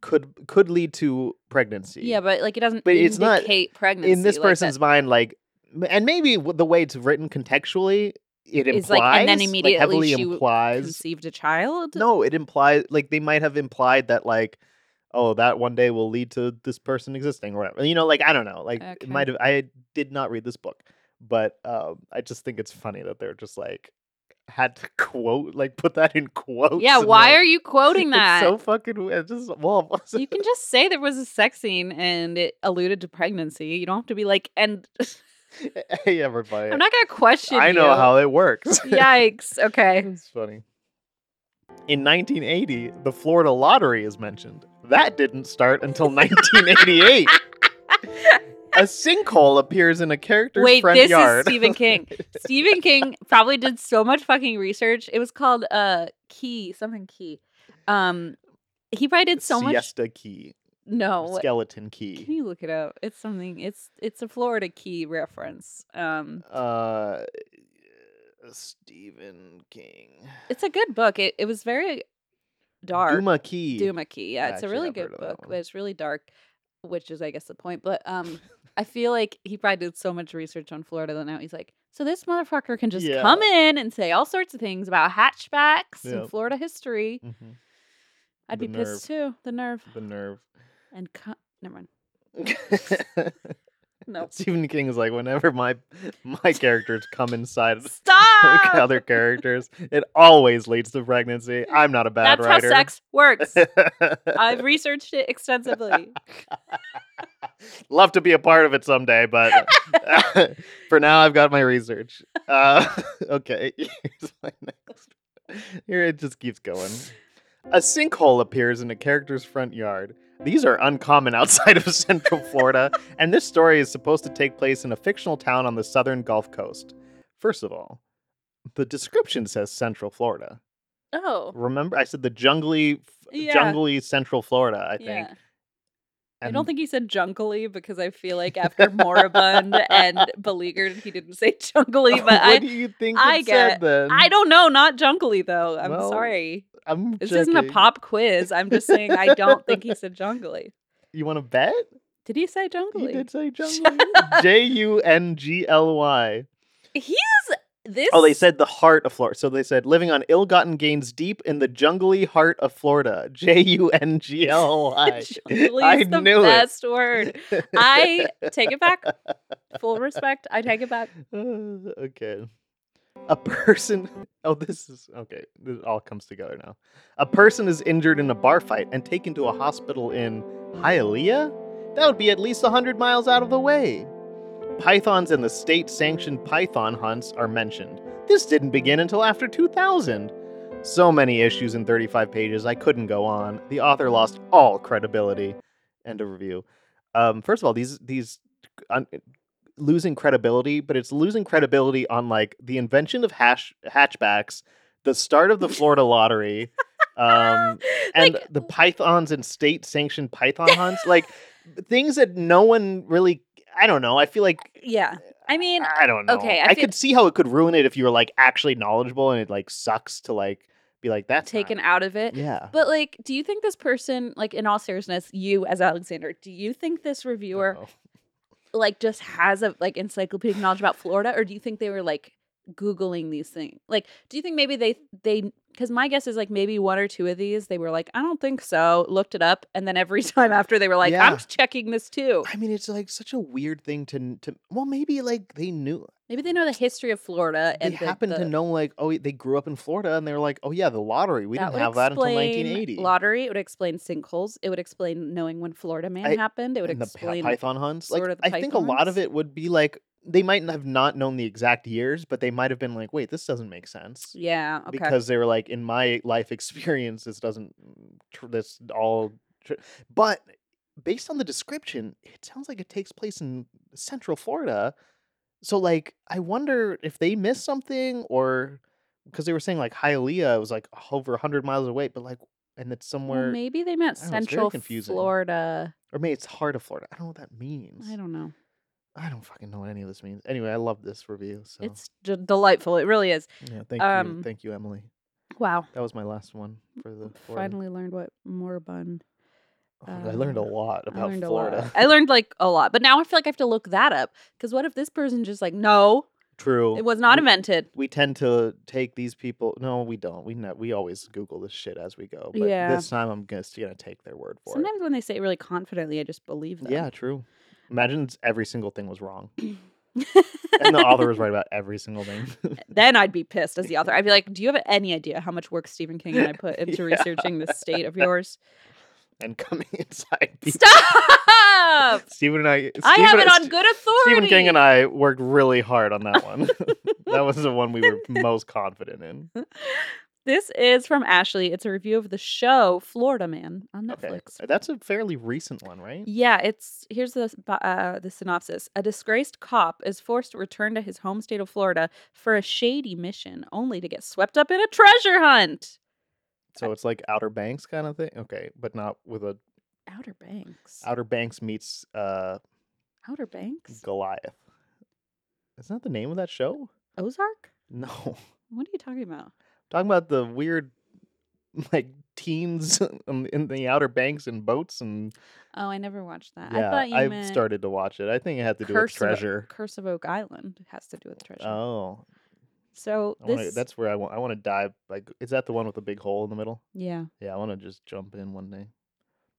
B: could could lead to pregnancy.
A: Yeah, but like it doesn't.
B: But it's not-
A: indicate pregnancy.
B: in this
A: like that
B: person's mind, like, m- and maybe w- the way it's written contextually, it implies,
A: Is, like, and then immediately
B: heavily
A: she w-
B: implies.
A: conceived a child.
B: No, it implies like they might have implied that like, oh, that one day will lead to this person existing or whatever. You know, like I don't know, like
A: Okay.
B: it might have. I did not read this book, but um, I just think it's funny that they're just like had to quote like put that in quotes.
A: Yeah,
B: and,
A: why
B: like,
A: are you quoting that?
B: It's so fucking weird. It's Just well,
A: you can just say there was a sex scene and it alluded to pregnancy. You don't have to be like, and
B: hey everybody.
A: I'm not gonna question.
B: Eh, I know
A: you.
B: how it works.
A: Yikes. Okay.
B: It's funny. In 1980, the Florida lottery is mentioned. That didn't start until 1988. a sinkhole appears in a character's
A: Wait,
B: front
A: this
B: yard.
A: is Stephen King. Stephen King probably did so much fucking research. It was called uh Key something Key. Um, he probably did so much.
B: Siesta key.
A: No,
B: Skeleton
A: can
B: key.
A: you look it up? It's something. It's it's a Florida Key reference. Um,
B: Uh, Stephen King.
A: it's a good book. It it was very dark.
B: Duma key.
A: Duma Key. Yeah,
B: I
A: it's a
B: actually
A: really
B: have heard
A: good
B: of that
A: book, but
B: one.
A: it's really dark, which is I guess the point. But um I feel like he probably did so much research on Florida that now he's like, so this motherfucker can just
B: Yeah.
A: come in and say all sorts of things about hatchbacks
B: Yeah.
A: and Florida history.
B: Mhm.
A: I'd
B: The
A: be pissed too. The nerve
B: The nerve.
A: and co- never mind. No.
B: Stephen King is like, whenever my my characters come inside
A: Stop.
B: other characters. It always leads to pregnancy. I'm not a bad
A: That's
B: writer.
A: how sex works.
B: I
A: I've researched it extensively.
B: love to be a part of it someday, but for now, I've got my research. Uh, okay, here's my next. Here it just keeps going. A sinkhole appears in a character's front yard. These are uncommon outside of Central Florida, and this story is supposed to take place in a fictional town on the southern Gulf Coast. First of all, the description says Central Florida.
A: Oh.
B: remember I said the jungly
A: Yeah.
B: jungly central Florida, I think.
A: Yeah. I
B: And
A: don't think he said jungly because I feel like after moribund and beleaguered, he didn't say jungly. But
B: what
A: I,
B: do you think
A: I
B: it
A: get-
B: said then?
A: I don't know, not jungly though. I'm
B: Well,
A: sorry.
B: I'm
A: This isn't a
B: joking.
A: pop quiz. I'm just saying I don't think he said jungly.
B: You want to bet?
A: Did he say
B: He
A: jungly?
B: did say jungly. J U N G L Y.
A: He is this.
B: Oh, they said the heart of Florida. So they said living on ill-gotten gains deep in the jungly heart of Florida. J U N G L Y.
A: jungly
B: I
A: is the
B: knew
A: best word.
B: it.
A: I take it back. Full respect. I take it back.
B: Uh, okay. A person. Oh, this is. Okay. This all comes together now. A person is injured in a bar fight and taken to a hospital in Hialeah? That would be at least 100 miles out of the way. Pythons and the state sanctioned python hunts are mentioned. This didn't begin until after 2000. So many issues in 35 pages, I couldn't go on. The author lost all credibility. End of review. Um, first of all, these these un- losing credibility, but it's losing credibility on like the invention of hash hatchbacks, the start of the Florida lottery, um, and
A: Like-
B: the pythons and state sanctioned python hunts, like things that no one really. I don't know. I feel like
A: yeah. I mean,
B: I don't know.
A: okay, I
B: I,
A: feel-
B: could see how it could ruin it if you were like actually knowledgeable, and it like sucks to like be like that's
A: taken
B: not-
A: out of it.
B: Yeah.
A: But like, do you think this person, like in all seriousness, you as Alexander, do you think this reviewer
B: Uh-oh.
A: like just has a like encyclopedic knowledge about Florida, or do you think they were like googling these things? Like, do you think maybe they they because my guess is like maybe one or two of these they were like, I don't think so, looked it up, and then every time after they were like,
B: Yeah.
A: I'm checking this too.
B: I mean, it's like such a weird thing to to. Well, maybe like they knew
A: Maybe they know the history of Florida
B: they
A: and the-
B: happened to
A: the-
B: know like oh they grew up in Florida and they were like oh yeah the lottery
A: would
B: we didn't have that until
A: explain
B: 1980
A: Lottery. It would explain sinkholes. It would explain knowing when Florida Man
B: I-
A: happened. It would
B: and the pa-
A: explain
B: python hunts like
A: sort of the
B: I think a lot of
A: pythons.
B: it would be like they might have not known the exact years but they might have been like wait this doesn't make sense
A: Yeah. Okay.
B: because they were like in my life experience this doesn't tr- this all tr-. but based on the description it sounds like it takes place in central florida so like i wonder if they missed something or because they were saying like hialeah was like over 100 miles away but like and it's
A: Well,
B: somewhere
A: maybe they meant
B: I don't know, it's very
A: Central
B: confusing.
A: Florida.
B: or maybe it's heart of florida i don't know what that means
A: I don't know.
B: i don't fucking know what any of this means anyway i love this review so
A: It's d- delightful. It really is.
B: yeah thank
A: um,
B: you thank you emily
A: Wow.
B: that was my last one for the Florida.
A: Finally learned what moribund.
B: Oh, I learned a
A: uh,
B: lot
A: I
B: about
A: learned a
B: Florida.
A: lot. I learned like a lot, but now I feel like I have to look that up because what if this person just like no,
B: True.
A: it was not
B: We-
A: invented.
B: We tend to take these people. No, we don't. We ne- we always Google this shit as we go. But
A: Yeah.
B: this time I'm just gonna take their word for
A: Sometimes when they say it really confidently, I just believe
B: it.
A: them.
B: Yeah, true. Imagine it's- every single thing was wrong, and the author was right about every single thing.
A: then I'd be pissed as the author. I'd be like, "Do you have any idea how much work Stephen King and I put into
B: Yeah.
A: researching this state of yours?"
B: and coming inside. people.
A: Stop!
B: Stephen and I. Stephen,
A: I have it on
B: Ste-
A: good authority.
B: Stephen King and I worked really hard on that one. that was the one we were most confident in.
A: This is from Ashley. It's a review of the show Florida Man on Netflix.
B: Okay, uh, that's a fairly recent one, right?
A: Yeah, it's here's the s- bu- uh, the synopsis. A disgraced cop is forced to return to his home state of Florida for a shady mission, only to get swept up in a treasure hunt.
B: So it's like Outer Banks kind of thing. Okay, but not with a
A: Outer Banks.
B: Outer Banks meets uh
A: Outer Banks.
B: Goliath. Isn't that the name of that show?
A: Ozark.
B: No.
A: What are you talking about?
B: Talking about the weird like teens in- in the Outer Banks and boats and
A: Oh, I never watched that. I
B: yeah,
A: thought you
B: I've
A: meant
B: started to watch it. I think it had to do
A: Curse
B: with
A: of-
B: treasure.
A: Curse of Oak Island has to do with treasure.
B: Oh,
A: so
B: I
A: this
B: wanna, that's where I want. I want to dive. Like, is that the one with the big hole in the middle?
A: yeah.
B: Yeah, I want to just jump in one day.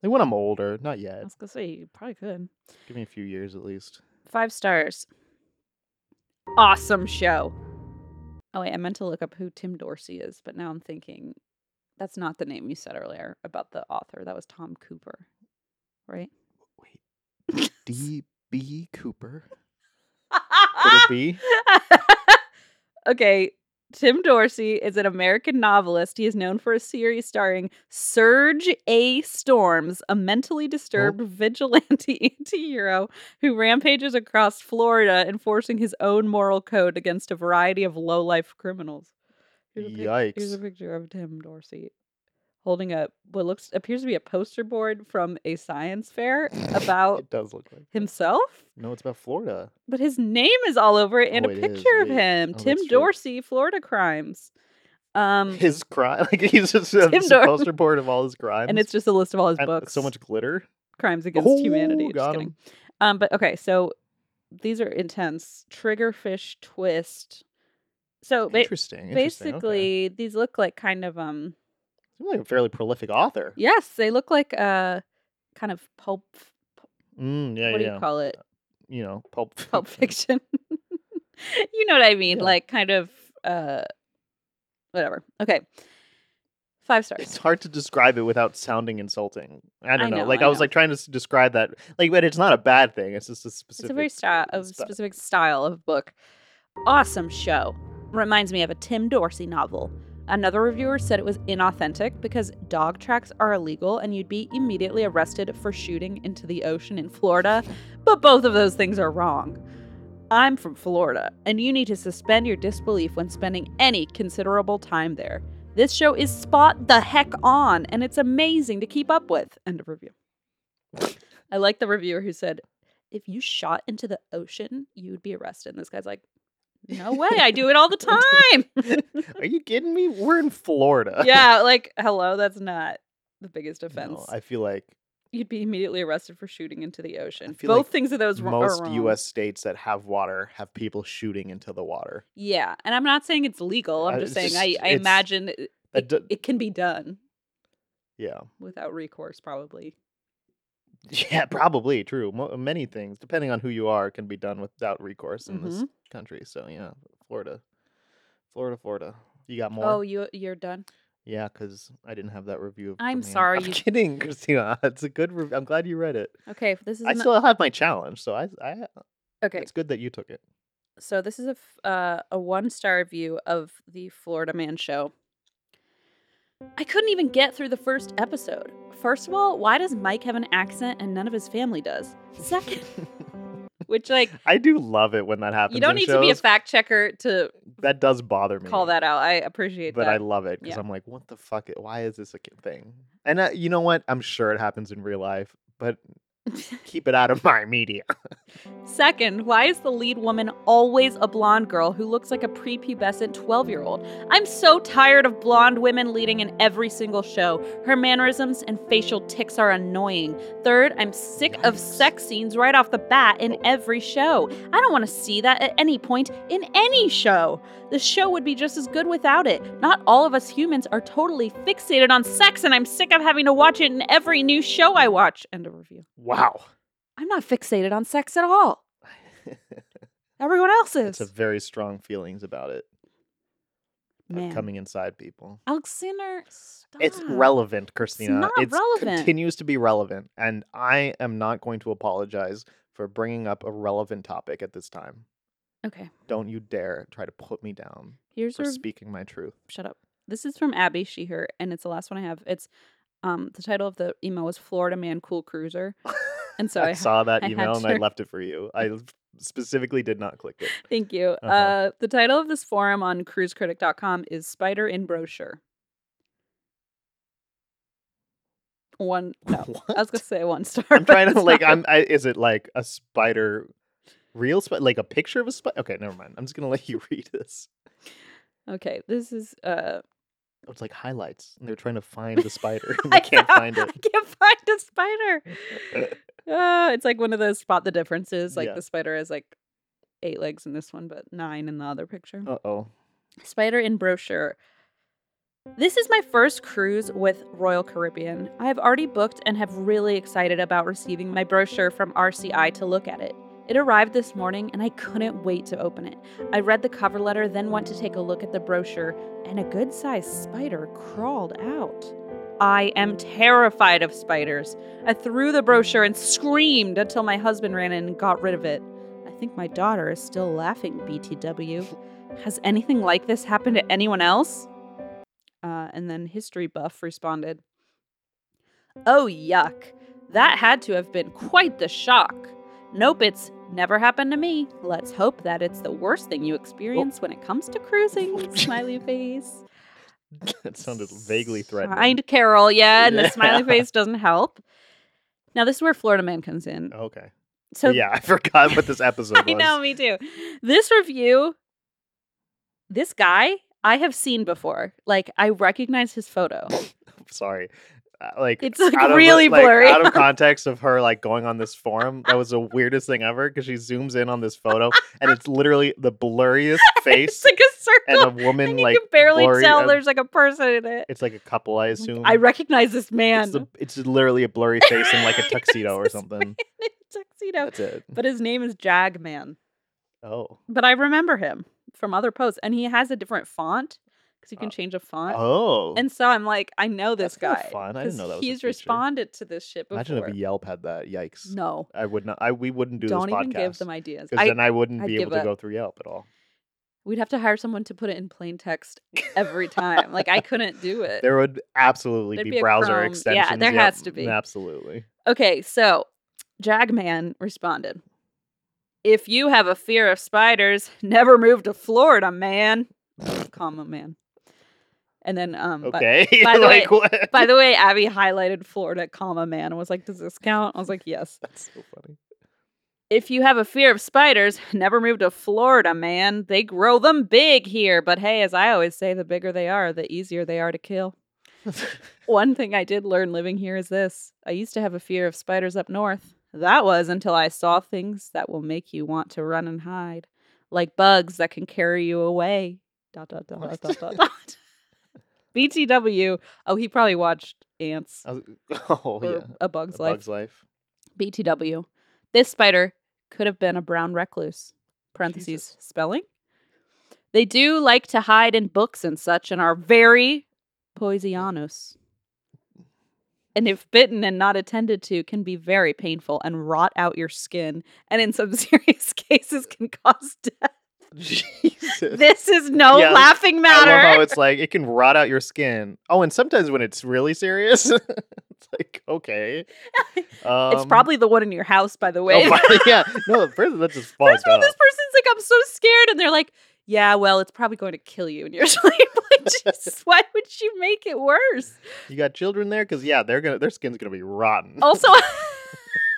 B: Like when I'm older, not yet.
A: I was gonna say you probably could.
B: Give me a few years at least.
A: Five stars. Awesome show. Oh wait, I meant to look up who Tim Dorsey is, but now I'm thinking that's not the name you said earlier about the author. That was Tom Cooper, right?
B: Wait, D. B. Cooper. Could
A: Ah!
B: it be?
A: okay. Tim Dorsey is an American novelist. He is known for a series starring Serge A. Storms, a
B: Oh.
A: mentally disturbed vigilante anti hero who rampages across Florida, enforcing his own moral code against a variety of low life criminals. Here's a, pic- here's a
B: Yikes.
A: picture of Tim Dorsey holding up what looks appears to be a poster board from a science fair about
B: It does look like.
A: himself
B: No, it's about Florida.
A: but his name is all over it and
B: Oh,
A: a
B: it is.
A: picture of
B: Wait.
A: him.
B: Oh,
A: Tim
B: that's true.
A: Dorsey, Florida crimes. Um,
B: His crime, like he's just a
A: Tim
B: just a
A: Dor-
B: poster board of all his crimes,
A: and it's just a list of all his
B: And
A: books.
B: So much glitter.
A: crimes against
B: Oh,
A: humanity. Just
B: got
A: kidding.
B: him.
A: Um, but okay, so these are intense. Triggerfish twist. So ba-
B: interesting. interesting, okay.
A: basically, these look like kind of um.
B: Seems like a fairly prolific author.
A: Yes, they look like uh, kind of pulp.
B: Mm, yeah,
A: what do
B: yeah.
A: you call it?
B: You know, pulp.
A: Pulp fiction. you know what I mean?
B: Yeah.
A: Like kind of uh, whatever. Okay, five stars.
B: It's hard to describe it without sounding insulting. I don't
A: I know,
B: Like
A: I
B: I, was
A: know.
B: like trying to s- describe that. Like, but it's not a bad thing. It's just a specific.
A: It's a very style
B: uh,
A: of
B: sty-
A: specific style of book. Awesome show. Reminds me of a Tim Dorsey novel. Another reviewer said it was inauthentic because dog tracks are illegal and you'd be immediately arrested for shooting into the ocean in Florida, but both of those things are wrong. I'm from Florida, and you need to suspend your disbelief when spending any considerable time there. This show is spot the heck on, and it's amazing to keep up with. End of review. I like the reviewer who said, if you shot into the ocean, you would be arrested. And this guy's like, no way, I do it all the time.
B: Are you kidding me? We're in Florida.
A: yeah, like, hello, that's not the biggest offense.
B: No, I feel like
A: You'd be immediately arrested for shooting into the ocean. Both
B: feel like
A: things of those wro- are
B: most
A: wrong.
B: U.S. states that have water have people shooting into the water.
A: Yeah, and I'm not saying it's legal. I'm
B: I-
A: just saying
B: it's
A: I,
B: just-
A: I
B: it's-
A: imagine it,
B: that
A: it,
B: do-
A: it can be done
B: Yeah,
A: without recourse, probably.
B: yeah, probably true. Mo- many things, depending on who you are, can be done without recourse in
A: Mm-hmm.
B: this country. So yeah, Florida, Florida, Florida. You got more?
A: Oh, you you're done.
B: Yeah, because I didn't have that review.
A: I'm
B: from hand.
A: sorry,
B: I'm
A: you-
B: kidding, Christina. It's a good. Re- I'm glad you read it.
A: Okay, this is
B: I
A: an-
B: still have my challenge, so I. I
A: okay.
B: It's good that you took it.
A: So this is a f- uh, a one star review of the Florida Man Show. I couldn't even get through the first episode. First of all, why does Mike have an accent and none of his family does? Second, which like
B: I do love it when that happens.
A: you don't
B: in
A: need to be a
B: shows.
A: fact checker to
B: That does bother me.
A: call that out. I appreciate
B: but
A: that.
B: I love it because
A: Yeah.
B: I'm like, what the fuck? i- Why is this a ki- thing? And uh, you know what? I'm sure it happens in real life, but keep it out of my media.
A: Second, why is the lead woman always a blonde girl who looks like a prepubescent 12 year old? I'm so tired of blonde women leading in every single show. Her mannerisms and facial tics are annoying. Third, I'm sick of sex scenes right off the bat in every show. I don't want to see that at any point in any show. The show would be just as good without it. Not all of us humans are totally fixated on sex, and I'm sick of having to watch it in every new show I watch. End of review.
B: Wow.
A: I'm not fixated on sex at all. Everyone else
B: it's
A: is.
B: a very strong feelings about it. of
A: Man.
B: coming inside people.
A: Alexander, stop.
B: It's relevant, Christina.
A: not relevant.
B: continues to be relevant, and I am not going to apologize for bringing up a relevant topic at this time.
A: Okay,
B: Don't you dare try to put me down
A: here's
B: for
A: our.
B: speaking my truth.
A: shut up. This is from Abby Sheher, and it's the last one I have. It's um the title of the email was Florida Man Cool Cruiser, and so I,
B: I,
A: ha-
B: saw that
A: I had
B: email and I
A: to-
B: left it for you. I specifically did not click it.
A: Thank you. uh
B: Uh-huh.
A: the title of this forum on cruisecritic.com is Spider in Brochure. One no, I was gonna say one star.
B: I'm
A: but
B: trying to
A: it's
B: like.
A: not.
B: I'm. I, is it like a spider? Real spider? Like a picture of a spider? Okay, never mind. I'm just gonna let you read this.
A: okay. This is uh
B: It's like highlights, and they're trying to find the spider. and
A: I
B: they can't
A: found-
B: find it.
A: I can't find a spider. Uh, it's like one of those spot the differences. Like
B: Yeah.
A: the spider has like eight legs in this one, but nine in the other picture.
B: Uh oh.
A: Spider in brochure. This is my first cruise with Royal Caribbean. I have already booked and have really excited about receiving my brochure from RCI to look at it. It arrived this morning and I couldn't wait to open it. I read the cover letter, then went to take a look at the brochure, and a good sized spider crawled out. I am terrified of spiders. I threw the brochure and screamed until my husband ran in and got rid of it. I think my daughter is still laughing, BTW. Has anything like this happened to anyone else? Uh, and then History Buff responded, Oh, yuck. That had to have been quite the shock. Nope, it's never happened to me. Let's hope that it's the worst thing you experience when it comes to cruising. Smiley face.
B: that sounded vaguely threatening.
A: Signed Carol, yeah, and the smiley
B: Yeah.
A: face doesn't help. Now, this is where Florida Man comes in.
B: Okay.
A: So,
B: Oh, yeah, I forgot what this episode was.
A: I know, me too. This review, this guy, I have seen before. Like, I recognize his photo.
B: Sorry. Uh, Like
A: It's, like,
B: out of,
A: really
B: like,
A: blurry.
B: out of context of her like going on this forum. That was the weirdest thing ever because she zooms in on this photo and it's literally the blurriest
A: It's
B: face
A: like a circle.
B: and a woman
A: and you
B: like
A: can barely
B: blurry-
A: tell
B: uh,
A: there's like a person in it.
B: It's like a couple, I assume.
A: I recognize this man.
B: It's, the, it's literally a blurry face in like a tuxedo or
A: This
B: something.
A: man in a tuxedo.
B: That's it.
A: But his name is Jagman.
B: Oh.
A: But I remember him from other posts, and he has a different font because you can
B: Uh,
A: change a font.
B: Oh.
A: And so I'm like, I know this
B: That's kinda
A: guy.
B: fun. I didn't
A: 'cause
B: know that was a
A: He's
B: feature.
A: responded to this shit before.
B: Imagine if Yelp had that. Yikes.
A: No,
B: I would not. I we wouldn't do
A: not
B: this podcast.
A: even give them ideas.
B: because
A: I,
B: then I wouldn't
A: I'd
B: be able
A: give
B: to
A: up.
B: go through Yelp at all.
A: we'd have to hire someone to put it in plain text every time. like I couldn't do it.
B: There would absolutely
A: There'd
B: be,
A: be a
B: browser
A: Chrome. Yeah,
B: extensions.
A: there
B: Yep,
A: has to be. Mm,
B: Absolutely.
A: Okay, so Jagman responded. If you have a fear of spiders, never move to Florida, man. Comma, man. And then, um, by-
B: Okay.
A: by the
B: like
A: way-
B: what?
A: by the way, Abby highlighted Florida, comma, man, and was like, does this count? I was like, yes.
B: That's so funny.
A: If you have a fear of spiders, never move to Florida, man. They grow them big here. But hey, as I always say, the bigger they are, the easier they are to kill. One thing I did learn living here is this I used to have a fear of spiders up north. That was until I saw things that will make you want to run and hide, like bugs that can carry you away. Dot, dot, dot, dot, dot, dot, dot. BTW. Oh, he probably watched Ants
B: I was- oh
A: or
B: yeah.
A: A Bug's
B: A
A: Life.
B: Bug's life.
A: BTW. This spider could have been a brown recluse. Parentheses spelling. They do like to hide in books and such and are very poisonous. And if bitten and not attended to, can be very painful and rot out your skin, and in some serious cases can cause death.
B: Jesus.
A: This is no
B: Yeah,
A: laughing
B: I
A: matter.
B: love how it's like it can rot out your skin. Oh, and sometimes when it's really serious, it's like okay. Um,
A: it's probably the one in your house, by the
B: oh,
A: way.
B: my- yeah. No, first that's just fucked
A: That's where
B: up.
A: this person's like, I'm so scared. And they're like, yeah, well, it's probably going to kill you in your sleep. like, Jesus, why would you make it worse?
B: You got children there because yeah, they're gonna their skin's gonna be rotten.
A: Also,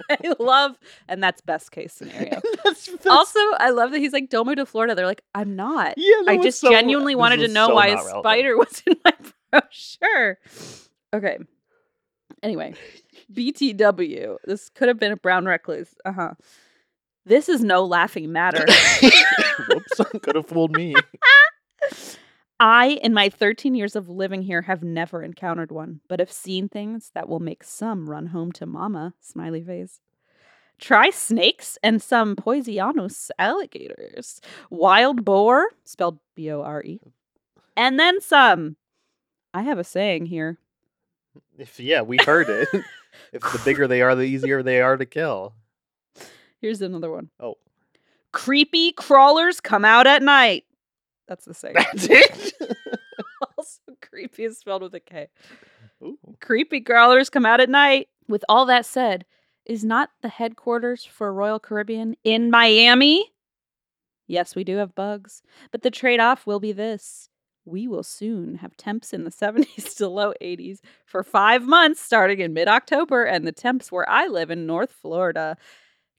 A: I love, and that's best case scenario.
B: That's- that's-
A: also, I love that he's like, don't move to Florida. They're like, I'm not.
B: yeah, that
A: I
B: was
A: just
B: so-
A: genuinely
B: this
A: wanted to
B: was
A: know
B: so
A: why a
B: not relevant.
A: spider was in my brochure. Okay. Anyway, BTW. This could have been a brown recluse. Uh huh. This is no laughing matter.
B: Whoops, could have fooled me.
A: I, in my 13 years of living here, have never encountered one, but have seen things that will make some run home to mama. Smiley face. Try snakes and some poisonous alligators, wild boar, spelled B O R E, and then some. I have a saying here.
B: If yeah, we heard it. if the bigger they are, the easier they are to kill.
A: Here's another one.
B: Oh.
A: Creepy crawlers come out at night. That's the saying.
B: That's it.
A: also, creepy is spelled with a K.
B: Ooh.
A: creepy growlers come out at night. With all that said, is not the headquarters for Royal Caribbean in Miami? Yes, we do have bugs, but the trade off will be this. We will soon have temps in the 70s to low 80s for five months starting in mid October, and the temps where I live in North Florida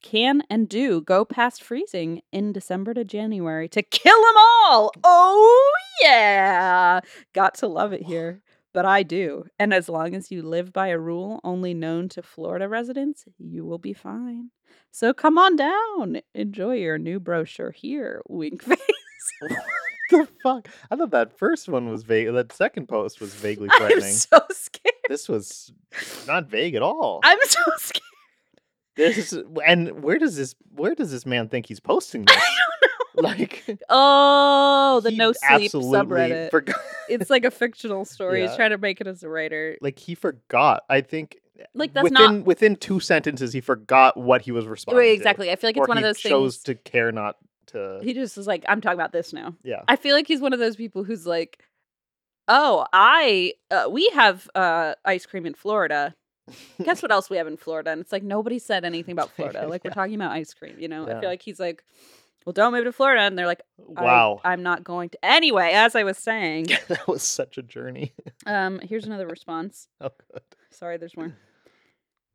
A: can and do go past freezing in December to January to kill them all. Oh, yeah. Got to love it here. But I do. And as long as you live by a rule only known to Florida residents, you will be fine. So come on down. Enjoy your new brochure here, wink face.
B: the fuck? I thought that first one was vague. That second post was vaguely
A: I'm
B: frightening.
A: so scared.
B: This was not vague at all.
A: I'm so scared.
B: This is, and where does this where does this man think he's posting this? Like
A: Oh, the
B: he
A: no sleep
B: absolutely
A: subreddit.
B: forgot-
A: it's like a fictional story. He's
B: Yeah.
A: trying to make it as a writer.
B: like he forgot. I think
A: Like that's not
B: within within two sentences he forgot what he was responding.
A: Right,
B: to.
A: exactly. I feel like
B: Or
A: it's one of
B: he
A: those
B: chose
A: things.
B: to care not to.
A: He just is like, I'm talking about this now.
B: yeah.
A: I feel like he's one of those people who's like, oh, I, uh, we have uh, ice cream in Florida. Guess what else we have in Florida? And it's like, nobody said anything about Florida. Like, we're
B: Yeah.
A: talking about ice cream, you know? I
B: Yeah.
A: feel like he's like, well, don't move to Florida. And they're like, I-
B: wow.
A: I'm not going to. Anyway, as I was saying,
B: that was such a journey.
A: um, here's another response.
B: Oh good.
A: Sorry, there's more.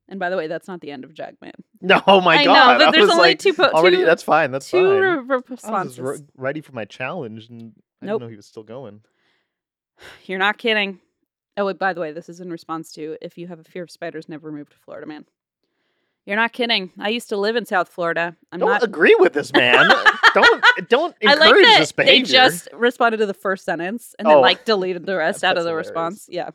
A: And by the way, that's not the end of Jagman.
B: No, oh my
A: I know,
B: god.
A: but
B: I
A: there's
B: was
A: only
B: like,
A: two po-
B: already.
A: two-
B: that's fine. That's
A: Two
B: fine.
A: re- re-
B: I was
A: responses.
B: just re- ready for my challenge, and I
A: Nope.
B: didn't know he was still going.
A: You're not kidding. Oh, wait, by the way, this is in response to if you have a fear of spiders, never move to Florida, man. You're not kidding. I used to live in South Florida. I'm
B: don't
A: not.
B: agree with this man. don't don't
A: I
B: encourage
A: like that
B: this
A: they
B: behavior.
A: just responded to the first sentence and then
B: Oh.
A: like deleted the rest out of
B: That's
A: the
B: hilarious.
A: response. Yeah.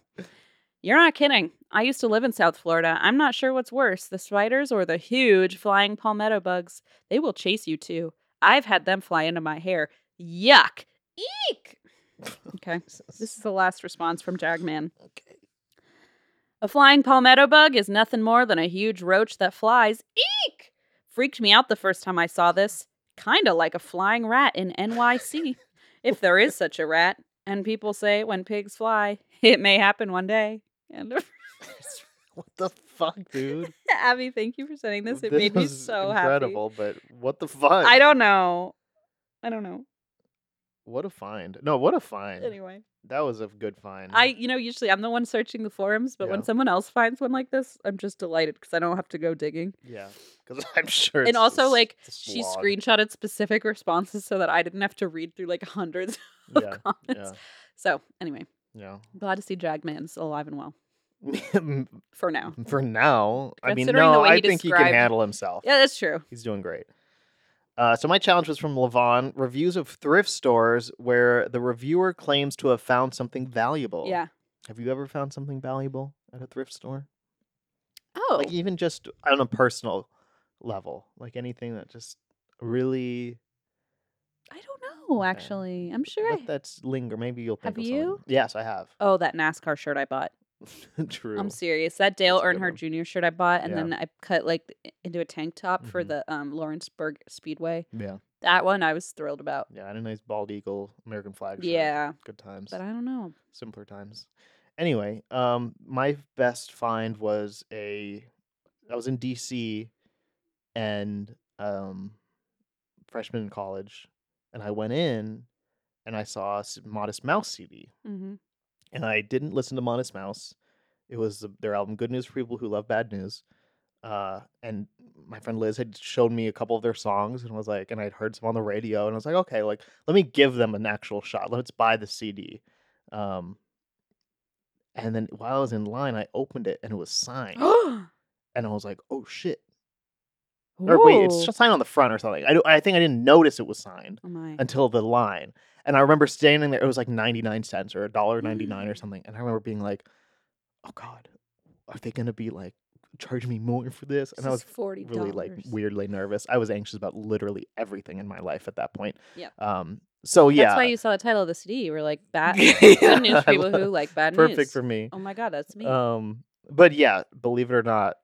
A: You're not kidding. I used to live in South Florida. I'm not sure what's worse, the spiders or the huge flying palmetto bugs. They will chase you too. I've had them fly into my hair. Yuck. Eek. Okay. This is the last response from Jagman.
B: okay.
A: A flying palmetto bug is nothing more than a huge roach that flies. Eek! Freaked me out the first time I saw this. Kinda like a flying rat in NYC, if there is such a rat. And people say when pigs fly, it may happen one day. And
B: what the fuck, dude?
A: Abby, thank you for sending this. It made me
B: was
A: so
B: incredible, but what the fuck?
A: happy. I don't know. I don't know.
B: What a find! No, what a find!
A: Anyway,
B: That was a good find.
A: I you know usually I'm the one searching the forums, but when
B: Yeah.
A: someone else finds one like this, I'm just delighted because I don't have to go digging.
B: yeah, because I'm sure.
A: and
B: it's a
A: also
B: s-
A: like
B: it's a
A: she
B: slog.
A: screenshotted specific responses so that I didn't have to read through like hundreds of
B: Yeah, yeah,
A: comments. So anyway,
B: yeah.
A: glad to see Jagman's alive and well for now.
B: For now, I mean,
A: Considering the
B: no,
A: way
B: I
A: he
B: think he can
A: described-
B: handle himself.
A: Yeah, that's true.
B: He's doing great. Uh, so my challenge was from Levon: reviews of thrift stores where the reviewer claims to have found something valuable.
A: Yeah.
B: Have you ever found something valuable at a thrift store?
A: Oh,
B: Like even just on a personal level, like anything that just really
A: I don't know
B: Okay.
A: actually. I'm sure. I...
B: let that's linger. Maybe you'll think
A: Have
B: of something.
A: you?
B: Yes, I have.
A: Oh, that NASCAR shirt I bought.
B: True.
A: I'm serious. That Dale
B: That's a good
A: Earnhardt Jr. shirt I bought, and
B: Yeah.
A: then I cut like i- into a tank top for
B: Mhm.
A: the um, Lawrenceburg Speedway.
B: Yeah,
A: That one I was thrilled about.
B: yeah. I had a nice bald eagle American flag. shirt.
A: Yeah,
B: good times.
A: but I don't know.
B: simpler times. Anyway, um, my best find was a. I was in D.C. and um, freshman in college, and I went in, and I saw a s- Modest Mouse CD,
A: hmm
B: and I didn't listen to Modest Mouse. It was the- their album "Good News for People Who Love Bad News," uh, and my friend Liz had showed me a couple of their songs, and was like, and I'd heard some on the radio, and I was like, okay, like let me give them an actual shot. Let's buy the CD. Um, and then while I was in line, I opened it and it was signed, and I was like, oh shit! Or wait, it's just signed on the front or something. I do, I think I didn't notice it was signed
A: Oh my.
B: until the line. And I remember standing there, it was like 99 cents or $1.99
A: Mm.
B: or something. And I remember being like, oh God, are they going to be like, charge me more for this? And I was
A: forty
B: really like weirdly nervous. I was anxious about literally everything in my life at that point.
A: Yep.
B: Um, so
A: That's
B: yeah.
A: why you saw the title of the CD. You were like, "Bad
B: Yeah,
A: good news for
B: I
A: people who
B: love-
A: like bad
B: Perfect
A: news."
B: for me.
A: Oh my god, that's me.
B: Um, but yeah, believe it or not,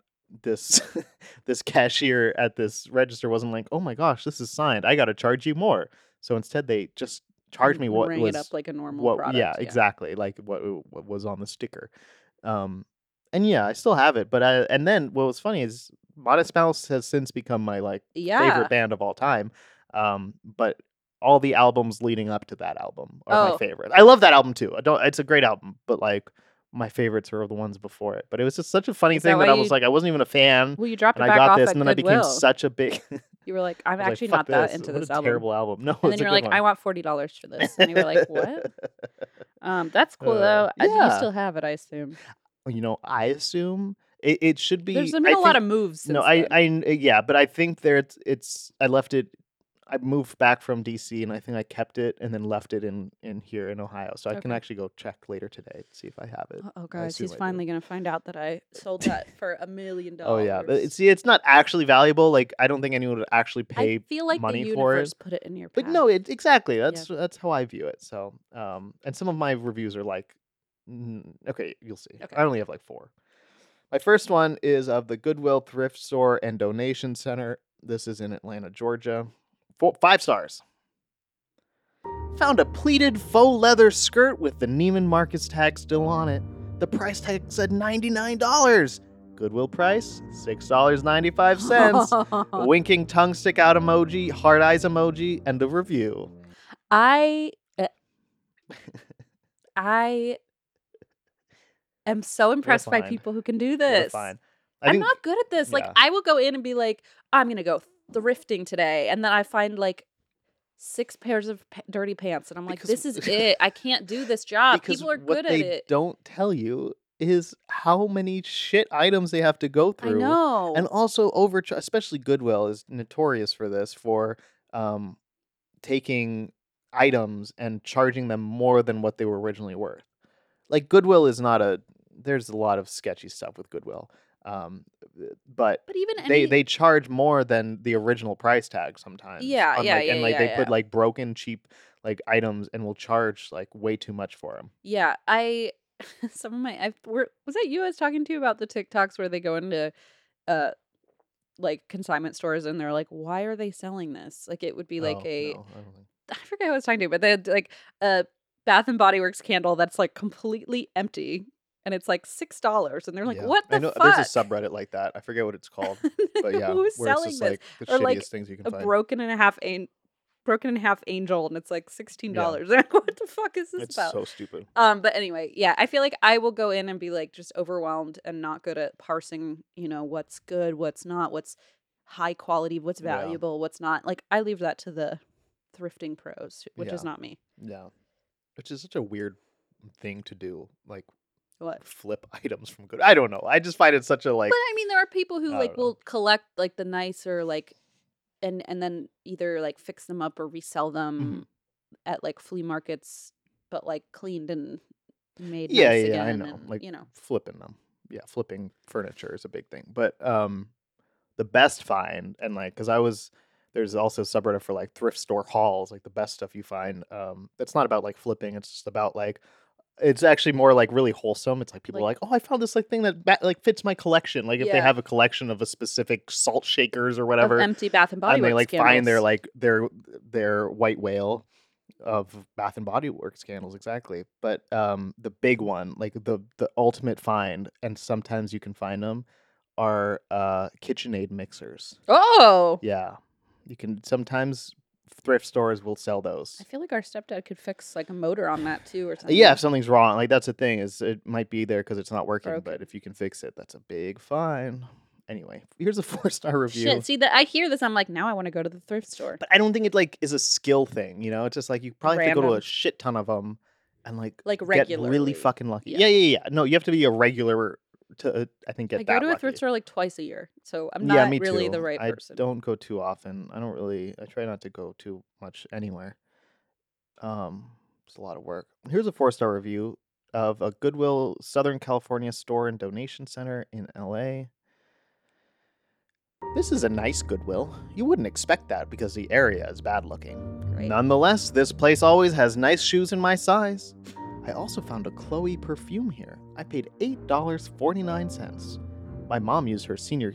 B: this this cashier at this register wasn't like, oh my gosh, this is signed. I got to charge you more. So instead, they just charged me what
A: Ring
B: was
A: it up like a normal
B: what,
A: product.
B: Yeah, exactly. Like what, what was on the sticker. Um, and yeah, I still have it. But I, and then what was funny is Modest Mouse has since become my like
A: Yeah.
B: favorite band of all time. Um, but all the albums leading up to that album are
A: Oh.
B: my favorite. I love that album too. I don't. It's a great album, but like my favorites are the ones before it. But it was just such a funny
A: Is that
B: thing that,
A: why
B: I was
A: you-
B: like, I wasn't even a fan.
A: Well, you dropped it
B: And I
A: back
B: got
A: off
B: this,
A: at
B: and then I
A: Goodwill.
B: became such a big.
A: You were like, "I'm
B: I was like,
A: actually
B: "Fuck
A: not that
B: this.
A: into
B: What
A: this
B: a
A: album."
B: Terrible album. No,
A: and
B: it's
A: then
B: a
A: you're
B: good
A: like,
B: one.
A: "I want forty dollars for this," and you were like, "What?" Um, that's cool
B: Uh,
A: though. I You
B: yeah.
A: still have it, I assume.
B: you know, I assume it, it should be.
A: There's been
B: I
A: a lot
B: think-
A: of moves. Since
B: No, I, I, yeah, but I think there it's, it's. I left it. I moved back from DC, and I think I kept it, and then left it in in here in Ohio. So I can
A: Okay.
B: actually go check later today to see if I have it.
A: oh guys,
B: assume
A: he's
B: I do.
A: finally gonna find out that I sold that for a million
B: Oh
A: dollars.
B: yeah, but it- see, it's not actually valuable. Like I don't think anyone would actually pay.
A: I feel like
B: money
A: the
B: for it.
A: universe put it in your.
B: but
A: path.
B: no, it exactly. That's that's how I view it. So, um, and some of my reviews are like, mm, okay, you'll see.
A: Okay.
B: I only have like four. My first one is of the Goodwill Thrift Store and Donation Center. This is in Atlanta, Georgia. Four, five stars. Found a pleated faux leather skirt with the Neiman Marcus tag still on it. The price tag said $99. Goodwill price, $6.95. A winking tongue stick out emoji, heart eyes emoji, and a review.
A: I uh, I am so impressed by
B: find.
A: people who can do
B: What a
A: this.
B: find. I
A: I'm
B: think
A: not good at this. Like
B: yeah.
A: I will go in and be like, I'm gonna go thrifting today, and then I find like six pairs of pa- dirty pants, and I'm like,
B: Because-
A: this is it. I can't do this job.
B: because
A: People are
B: what
A: good at
B: they
A: it.
B: don't tell you is how many shit items they have to go
A: I
B: through.
A: know.
B: And also over, especially Goodwill is notorious for this for um, taking items and charging them more than what they were originally worth. Like Goodwill is not a. There's a lot of sketchy stuff with Goodwill, um, but
A: but even
B: they
A: any,
B: they charge more than the original price tag sometimes.
A: Yeah,
B: on,
A: yeah,
B: like,
A: yeah,
B: And like they
A: yeah,
B: put
A: yeah.
B: like broken cheap like items and will charge like way too much for them.
A: Yeah, I some of my I were was that you I was talking to you about the TikToks where they go into uh like consignment stores and they're like, why are they selling this? Like it would be
B: Oh,
A: like a I forget who I was talking to, but they had like a Bath and Body Works candle that's like completely empty and it's like six dollars, and they're like,
B: Yeah.
A: "What the
B: I know
A: fuck?"
B: there's a subreddit like that. I forget what it's called, but yeah,
A: who's
B: where it's
A: selling
B: just
A: this?
B: like the
A: Or,
B: shittiest
A: like,
B: things you can
A: a
B: find.
A: broken and a half an- broken and a half angel, and it's like sixteen dollars. Like, what the fuck is this
B: it's
A: about?
B: so stupid.
A: Um, but anyway, yeah, I feel like I will go in and be like just overwhelmed and not good at parsing, you know, what's good, what's not, what's high quality, what's
B: Yeah.
A: valuable, what's not. Like I leave that to the thrifting pros, which is
B: Yeah.
A: not me.
B: Yeah, which is such a weird thing to do. Like
A: What?
B: flip items from good. I don't know. I just find it such a like.
A: But I mean, there are people who
B: I
A: like
B: don't know.
A: will collect like the nicer like, and and then either like fix them up or resell them
B: Mm-hmm.
A: at like flea markets, but like cleaned and made.
B: Yeah,
A: nice
B: yeah, yeah, I
A: again
B: know,
A: and,
B: like,
A: you know,
B: flipping them. Yeah, flipping furniture is a big thing. But um the best find and like cuz I was there's also a subreddit for like thrift store hauls, like the best stuff you find. Um that's not about like flipping, it's just about like it's actually more like really wholesome. It's like people
A: Like-
B: are like, "Oh, I found this like thing that ba- like fits my collection." Like if they
A: Yeah.
B: have a collection of a specific salt shakers or
A: of
B: whatever
A: empty Bath and Body
B: and they
A: Works
B: like find their
A: candles.
B: like their their white whale of Bath and Body Works candles exactly. But um the big one, like the the ultimate find, and sometimes you can find them are uh KitchenAid mixers.
A: oh.
B: Yeah, you can sometimes thrift stores will sell those.
A: I feel like our stepdad could fix like a motor on that too, or something.
B: Uh, Yeah, if something's wrong, like that's the thing is it might be there because it's not working,
A: Broken.
B: but if you can fix it, that's a big find. Anyway, here's a four star review.
A: Shit. See that I hear this, I'm like, now I want to go to the thrift store.
B: but I don't think it like is a skill thing. You know, it's just like you probably have to go to a
A: Random.
B: shit ton of them and like
A: Like
B: get really
A: regularly.
B: fucking lucky.
A: Yeah.
B: Yeah. yeah, yeah, No, you have to be a regular to uh, I think get
A: I
B: that
A: go to a
B: lucky.
A: thrift store like twice a year, so I'm not
B: yeah, me
A: really
B: too.
A: the right
B: I
A: person.
B: don't go too often. I don't really. I try not to go too much anywhere. Um, it's a lot of work. Here's a four star review of a Goodwill Southern California store and donation center in LA. This is a nice Goodwill. You wouldn't expect that because the area is bad looking.
A: Right?
B: Nonetheless, this place always has nice shoes in my size. I also found a Chloe perfume here. I paid $8.49. My mom used her senior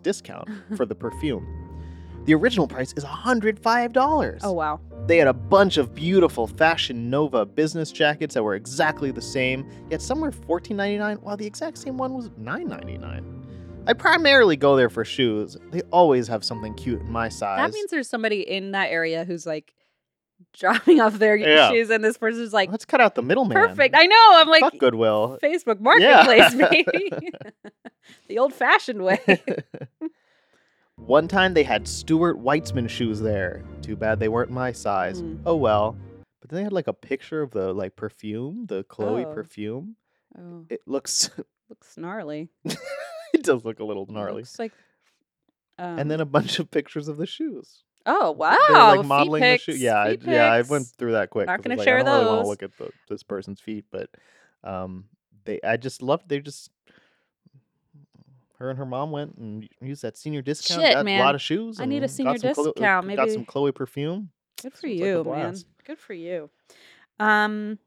B: discount for the perfume. The original price is $105.
A: Oh wow.
B: They had a bunch of beautiful Fashion Nova business jackets that were exactly the same, yet some were $14.99 while the exact same one was $9.99. I primarily go there for shoes. They always have something cute in my size.
A: That means there's somebody in that area who's like dropping off their
B: Yeah.
A: shoes, and this person's like,
B: let's cut out the middleman.
A: perfect. I know. I'm like,
B: Fuck Goodwill.
A: Facebook
B: Yeah.
A: Marketplace, maybe the old-fashioned way.
B: One time they had Stuart Weitzman shoes there. Too bad they weren't my size.
A: Mm.
B: Oh well. But then they had like a picture of the like perfume, the Chloe
A: Oh.
B: perfume.
A: Oh,
B: It looks
A: looks gnarly.
B: it does look a little gnarly.
A: Looks like. Um,
B: and then a bunch of pictures of the shoes.
A: oh wow,
B: They were,
A: feet pics,
B: Yeah, I,
A: feet
B: yeah, I
A: pics.
B: went through that quick.
A: Not
B: 'cause I
A: gonna
B: was like,
A: share
B: I don't really want
A: those.
B: to look at the, this person's feet, but um, they, I just loved. They just her and her mom went and used that senior discount.
A: Shit,
B: got a
A: man.
B: lot of shoes.
A: I need a
B: and got
A: senior
B: some Chloe- uh,
A: discount,
B: Got
A: maybe-
B: some Chloe perfume.
A: Good for
B: Sounds like a
A: you, man.
B: blast.
A: Good for you. Um,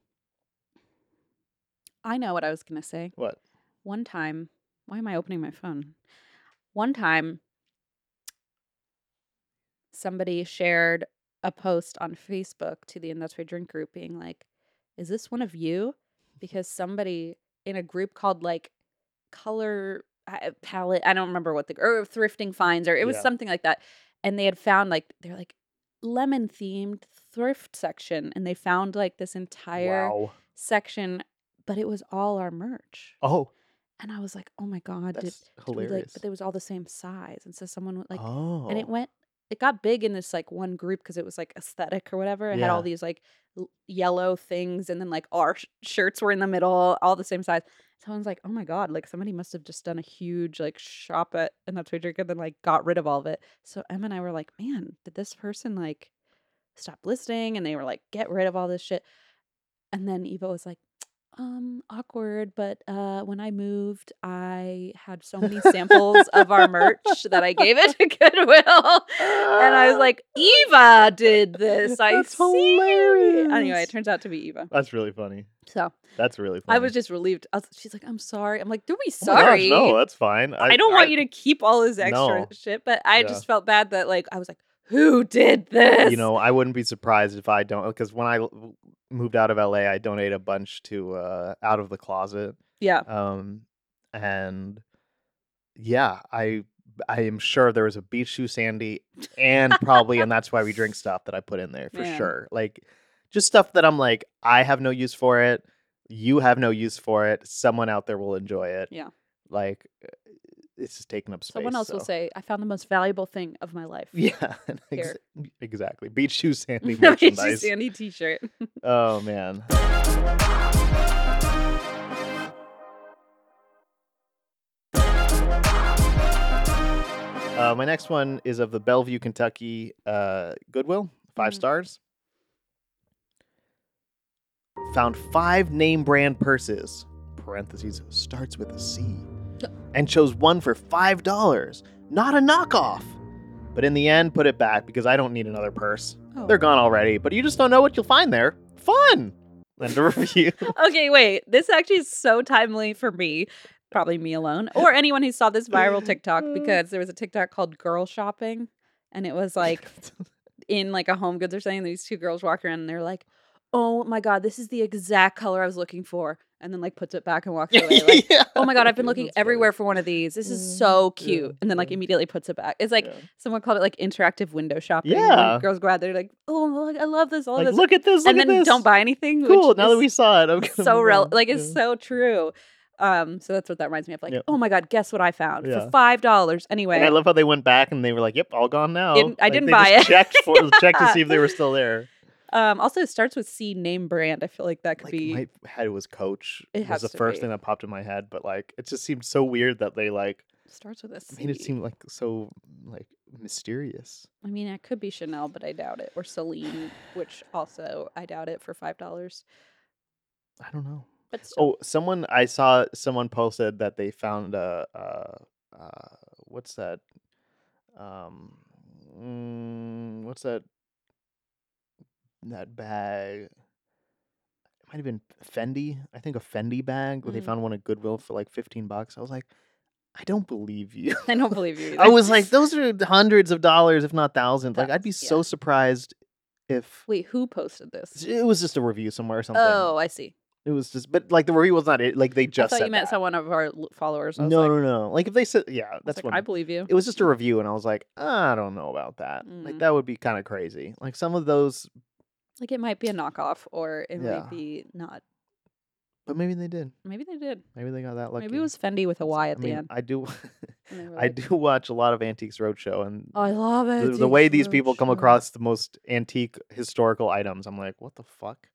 A: I know what I was gonna say.
B: What?
A: One time, why am I opening my phone? One time, somebody shared a post on Facebook to the Industry Drink group, being like, "Is this one of you?" Because somebody in a group called like color uh, palette, I don't remember what the or thrifting finds, or it was
B: Yeah.
A: something like that, and they had found like they're like lemon themed thrift section and they found like this entire
B: Wow.
A: section but it was all our merch
B: Oh,
A: and i was like oh my god did,
B: that's
A: did we, like,
B: hilarious.
A: but it was all the same size and so someone would like
B: oh,
A: and it went it got big in this like one group because it was like aesthetic or whatever it had all
B: Yeah.
A: these like l- yellow things and then like our sh- shirts were in the middle all the same size someone's like oh my god like somebody must have just done a huge like shop at an upside drink and then like got rid of all of it so em and i were like man did this person like stop listening and they were like get rid of all this shit and then eva was like um awkward but uh when i moved i had so many samples of our merch that i gave it to goodwill and i was like eva did this i
B: Uh. That's
A: see
B: hilarious.
A: anyway it turns out to be eva
B: that's really funny.
A: so
B: That's really funny.
A: i was just relieved I was, she's like i'm sorry i'm like don't be
B: Oh my gosh,
A: sorry
B: no, that's fine.
A: I, don't want you to keep all this extra
B: No.
A: shit but i
B: Yeah.
A: just felt bad that like i was like who did this
B: you know, I wouldn't be surprised if I don't because when I l- moved out of LA, I donated a bunch to uh, Out of the Closet,
A: Yeah.
B: Um, and yeah, I I am sure there was a beach shoe sandy, and probably and that's why we drink stuff that I put in there for
A: Man.
B: sure. Like just stuff that I'm like I have no use for it, you have no use for it. Someone out there will enjoy it.
A: Yeah.
B: like uh, it's just taking up space.
A: Someone else will
B: so-
A: say, I found the most valuable thing of my life.
B: Yeah, ex-
A: Here.
B: exactly. Beach shoe sandy
A: It's just
B: merchandise.
A: Sandy t-shirt.
B: Oh man. Uh, my next one is of the Bellevue, Kentucky uh, Goodwill, 5
A: Mhm.
B: stars. Found five name brand purses, parentheses, starts with a C, and chose one for $5. Not a knockoff. But in the end, put it back because I don't need another purse.
A: Oh.
B: They're gone already, but you just don't know what you'll find there. Fun! Lend a review.
A: Okay, wait. This actually is so timely for me. Probably me alone, or anyone who saw this
B: Mm.
A: viral TikTok because there was a TikTok called "Girl Shopping," and it was like in like a Home Goods or something. These two girls walk around and they're like, "Oh my god, this is the exact color I was looking for," and then like puts it back and walks away. Like,
B: Yeah.
A: oh my god, I've been looking
B: That's funny.
A: everywhere for one of these. This
B: Mm,
A: is so
B: yeah,
A: cute, and then like
B: yeah.
A: immediately puts it back. It's like
B: Yeah.
A: someone called it like interactive window shopping. when
B: Yeah.
A: girls go out there like, "Oh, look, I love this, I love
B: Like,
A: this,"
B: look at this. Look
A: and
B: at
A: then
B: this.
A: don't buy anything. which
B: Cool. Now that
A: is-
B: we saw it, I'm gonna
A: so
B: move
A: real
B: on.
A: like it's
B: Yeah.
A: so true um so that's what that reminds me of like
B: Yep.
A: oh my god guess what i found
B: Yeah.
A: for five dollars anyway
B: And I love how they went back and they were like, "Yep, all gone now."
A: Didn't- I
B: Like,
A: didn't
B: they
A: buy
B: just
A: it.
B: Checked for checked to
A: Yeah.
B: see if they were still there.
A: um also it starts with c name brand i feel like that could
B: Like
A: be
B: my head was Coach.
A: It
B: was
A: has
B: the
A: to
B: first
A: be.
B: thing that popped in my head, but like it just seemed so weird that they like
A: starts with a c
B: made it seem like so like mysterious.
A: i mean it could be chanel but i doubt it or celine which also i doubt it for five dollars
B: I don't know.
A: but still.
B: Oh, someone I saw someone posted that they found a, uh uh what's that? Um, mm, what's that? That bag. It might have been Fendi. I think a Fendi bag. Where They
A: Mm.
B: found one at Goodwill for like fifteen bucks. I was like, I don't believe you.
A: i don't believe you
B: I
A: either.
B: was like, those are hundreds of dollars, if not thousands. Like, I'd be
A: That's- yeah.
B: so surprised if
A: wait who posted this
B: it was just a review somewhere or something.
A: oh i see
B: It was just, but like the review was not it. Like they just
A: i thought
B: said
A: you meant
B: that.
A: someone of our l- followers I was
B: No,
A: like,
B: no, no. Like if they said, yeah,
A: I was
B: that's
A: like,
B: what
A: i believe you
B: it was just a review, and I was like, I don't know about that. Like
A: Mm.
B: that would be kind of crazy. Like some of those,
A: like it might be a knockoff or it
B: Yeah.
A: might be not
B: but maybe they did.
A: maybe they did
B: Maybe they got that lucky.
A: Maybe it was Fendi with a Y at
B: I
A: the
B: mean,
A: end.
B: I do,
A: and they were
B: I
A: like,
B: do watch a lot of Antiques Roadshow, and
A: "Oh, I love it.
B: the, the way these people come across the most antique historical items, I'm like, what the fuck?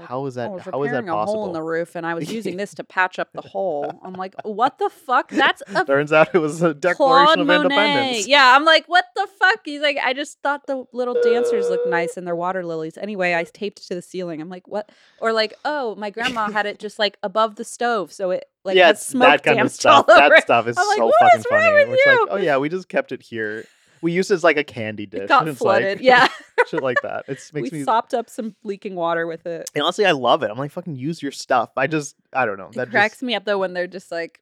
B: How is that?
A: I was
B: how is
A: "Oh,
B: that
A: repairing a
B: possible?
A: hole in the roof, and I was using this to patch up the hole. I'm like, what the fuck? That's a
B: Turns out it was a Declaration
A: Claude
B: of
A: Monet.
B: Independence.
A: Yeah, I'm like, what the fuck? He's like, I just thought the little dancers looked nice and their water lilies. Anyway, I taped to the ceiling. I'm like, what? Or like, oh, my grandma had it just like above the stove, so it like
B: yeah,
A: had
B: it's
A: smoke
B: that kind of
A: danced
B: stuff.
A: all over.
B: That
A: it.
B: stuff is
A: I'm like,
B: so
A: "What
B: fucking
A: is wrong
B: funny.
A: with
B: It's like,
A: you?"
B: oh yeah, we just kept it here. We used it as like a candy dish.
A: It got
B: and it's
A: flooded.
B: Like,
A: yeah,
B: shit like that. It makes
A: we
B: me.
A: sopped up some leaking water with it.
B: and honestly, I love it. I'm like, fucking use your stuff. I just, I don't know. That
A: it cracks
B: just,
A: me up though when they're just like,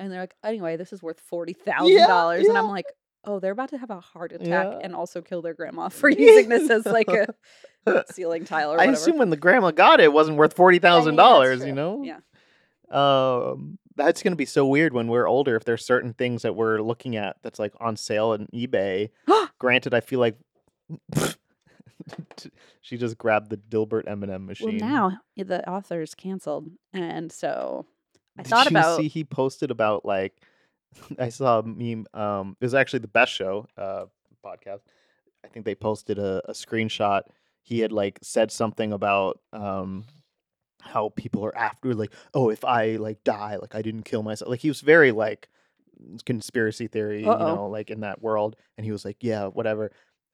A: and they're like, anyway, this is worth forty thousand dollars, and I'm
B: yeah.
A: like, oh, they're about to have a heart attack
B: Yeah.
A: and also kill their grandma for using this as like a ceiling tile or
B: I
A: whatever.
B: assume when the grandma got it, it wasn't worth forty
A: I mean,
B: thousand
A: that's
B: dollars. You
A: true.
B: know.
A: Yeah.
B: Um, that's gonna be so weird when we're older. If there's certain things that we're looking at that's like on sale on eBay. Granted, I feel like she just grabbed the Dilbert M and m
A: Well,
B: machine.
A: now eh, the author's canceled, and so I
B: Did
A: thought
B: you
A: about.
B: see he posted about like I saw a meme. Um, it was actually the best show uh, podcast. I think they posted a, a screenshot. He had like said something about um, how people are after like, oh, if I like die, like I didn't kill myself. Like he was very like conspiracy theory, you
A: Uh-oh.
B: know, like in that world. And he was like, yeah, whatever.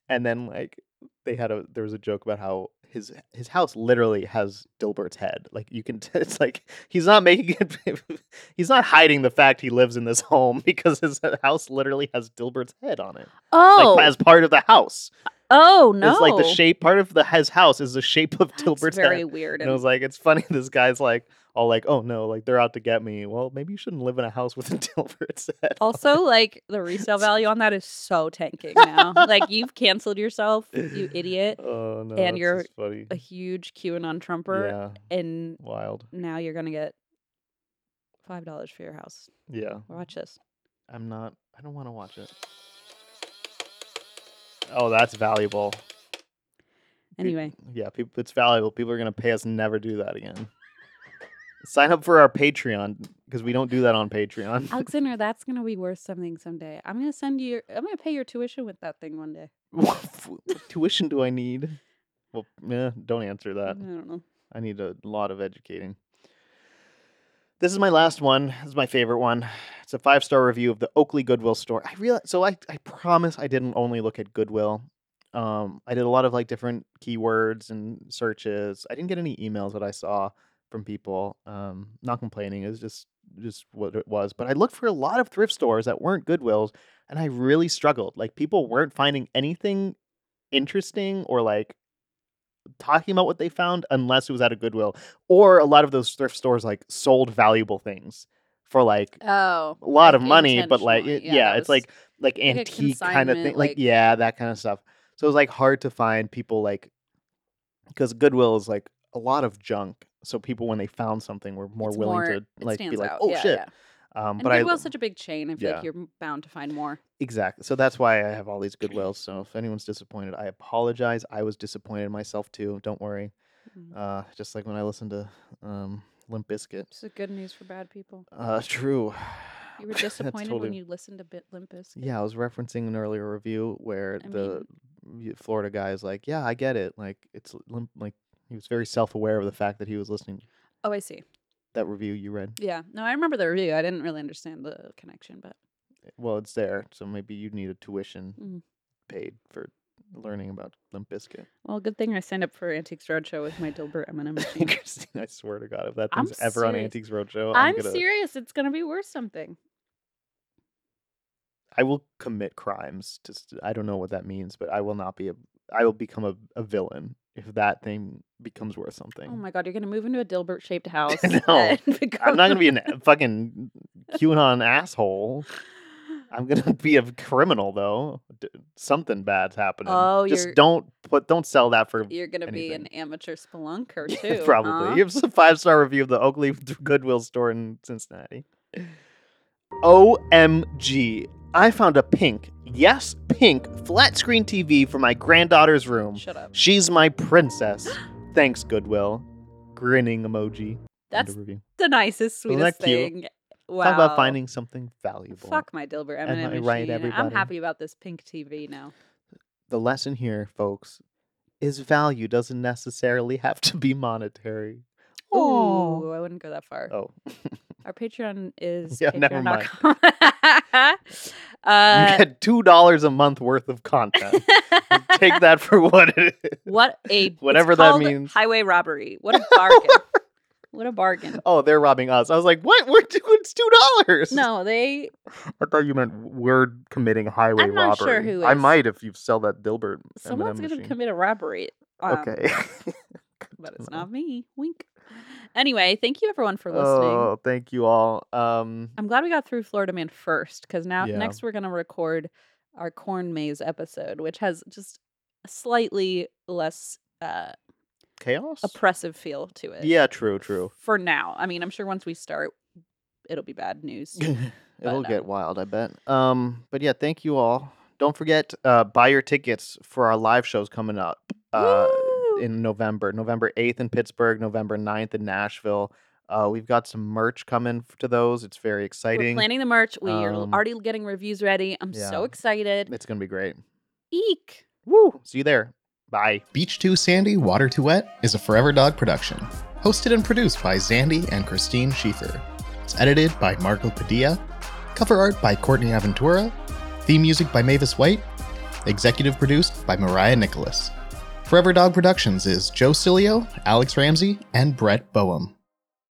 B: And then like they had a there was a joke about how his his house literally has Dilbert's head. Like you can, t- it's like he's not making it. he's not hiding the fact he lives in this home because his uh, house literally has Dilbert's head on it,
A: oh,
B: like as part of the house.
A: oh no!
B: It's like the shape part of the his house is the shape of
A: That's
B: Dilbert's
A: very
B: head.
A: weird.
B: And I
A: And
B: was like, it's funny. This guy's like, all like, oh no, like they're out to get me. Well, maybe you shouldn't live in a house with a Dilbert's head. on it.
A: also, like the resale value on that is so tanking now. like you've canceled yourself, you idiot.
B: Oh no,
A: and
B: that's
A: you're
B: just funny.
A: A huge QAnon Trumper,
B: Yeah,
A: and
B: wild.
A: now you're gonna get Five dollars for your house.
B: Yeah.
A: Watch this.
B: I'm not. I don't want to watch it. Oh, that's valuable.
A: Anyway,
B: Yeah, peop it's valuable. People are gonna pay us. Never do that again. Sign up for our Patreon because we don't do that on Patreon.
A: Alexander, that's gonna be worth something someday. I'm gonna send you. I'm gonna pay your tuition with that thing one day.
B: what f- what tuition do I need? Well, yeah, don't answer
A: I
B: that.
A: don't know.
B: I need a lot of educating. This is my last one. This is my favorite one. It's a five star review of the Oakley Goodwill store. I realize, so I, I promise I didn't only look at Goodwill. Um, I did a lot of like different keywords and searches. I didn't get any emails that I saw from people. Um, not complaining. It was just just what it was. But I looked for a lot of thrift stores that weren't Goodwills, and I really struggled. Like people weren't finding anything interesting or like talking about what they found unless it was at a Goodwill or a lot of those thrift stores like sold valuable things for like
A: Oh,
B: a lot
A: like
B: of money, but like it,
A: intentionally.
B: yeah,
A: Yeah, that was
B: it's like like
A: a
B: antique kind of thing,
A: consignment,
B: like,
A: like-
B: yeah, that kind of stuff. So it was like hard to find people like because Goodwill is like a lot of junk. So people when they found something were more willing to like be like, oh shit. Um,
A: And
B: but I
A: Goodwill's such a big chain. I feel
B: Yeah.
A: like you're bound to find more.
B: Exactly. So that's why I have all these goodwills. So if anyone's disappointed, I apologize. I was disappointed in myself too. Don't worry.
A: Mm.
B: Uh, just like when I listened to um, Limp Bizkit.
A: This is good news for bad people.
B: Uh, true.
A: You were
B: That's
A: disappointed
B: totally-
A: when you listened to Bit Limpus.
B: Yeah, I was referencing an earlier review where
A: I
B: the y- Florida guy is like, "Yeah, I get it. Like it's limp. Like he was very self-aware of the fact that he was listening."
A: Oh, I see.
B: That review you read.
A: Yeah. No, I remember the review. I didn't really understand the connection, but
B: Well, it's there, so maybe you need a tuition
A: Mm.
B: paid for learning about Limp Bizkit.
A: well, good thing I signed up for Antiques Roadshow with my Dilbert M&M machine.
B: Christine, I swear to God, if that
A: I'm
B: thing's ever on
A: serious.
B: Antiques Roadshow, I'm,
A: I'm
B: gonna,
A: serious. It's gonna be worth something. Oh
B: I will commit crimes. To st- I don't know what that means, but I will not be a. I will become a, a villain if that thing becomes worth something.
A: Oh my god, you're gonna move into a Dilbert shaped house.
B: No.
A: and
B: I'm
A: become-
B: not gonna be an a fucking QAnon asshole. I'm gonna be a criminal though. D- something bad's happening.
A: Oh,
B: just
A: you're-
B: don't put don't sell that for
A: You're gonna be an amateur spelunker too.
B: probably.
A: huh?
B: Here's a five star review of the Oakley Goodwill store in Cincinnati. OMG. I found a pink, yes, pink flat screen TV for my granddaughter's room.
A: Shut up.
B: She's my princess. Thanks, Goodwill. Grinning emoji. End
A: That's
B: of review.
A: the nicest,
B: Isn't that
A: sweetest
B: cute?
A: thing. Wow.
B: Talk about finding something valuable.
A: Fuck my Dilbert
B: Am
A: M&M
B: I
A: machine.
B: right,
A: I'm
B: everybody?
A: happy about this pink TV now.
B: The lesson here, folks, is value doesn't necessarily have to be monetary.
A: Ooh, I wouldn't go that far.
B: Oh.
A: Our Patreon is
B: Yeah, never mind.
A: patreon.com.
B: you
A: uh,
B: get two dollars a month worth of content. Take that for what it is.
A: What a it's
B: Whatever that
A: called
B: means.
A: Highway robbery. What a bargain. what a bargain.
B: Oh, they're robbing us. I was like, what? We're doing it's two dollars.
A: No, they
B: I thought you meant we're committing highway
A: I'm not sure who
B: I
A: is.
B: might if you sell that Dilbert.
A: someone's
B: M&M
A: going to
B: machine.
A: commit a robbery. Um,
B: Okay.
A: But it's
B: No.
A: not me. Wink. Anyway, thank you everyone for listening.
B: Oh, thank you all. Um,
A: I'm glad we got through Florida Man first because now
B: Yeah.
A: next we're gonna record our corn maze episode, which has just a slightly less uh,
B: chaos.
A: oppressive feel to it.
B: yeah, true, true.
A: For now, I mean, I'm sure once we start, it'll be bad news.
B: It'll
A: But, uh,
B: get wild, I bet. Um, but yeah, thank you all. Don't forget, uh, buy your tickets for our live shows coming up uh,
A: Woo!
B: in November. November 8th in Pittsburgh, November 9th in Nashville. Uh, we've got some merch coming f- to those. It's very
A: We're
B: exciting.
A: planning the merch. We are
B: Um,
A: already getting reviews ready. I'm so
B: yeah.
A: excited.
B: it's going to be great.
A: Eek.
B: Woo! See you there. Bye.
D: Beach Too Sandy, Water Too Wet is a Forever Dog production, hosted and produced by Zandy and Christine Schieffer. It's edited by Marco Padilla, cover art by Courtney Aventura, theme music by Mavis White, executive produced by Mariah Nicholas. Forever Dog Productions is Joe Cilio, Alex Ramsey, and Brett Boehm.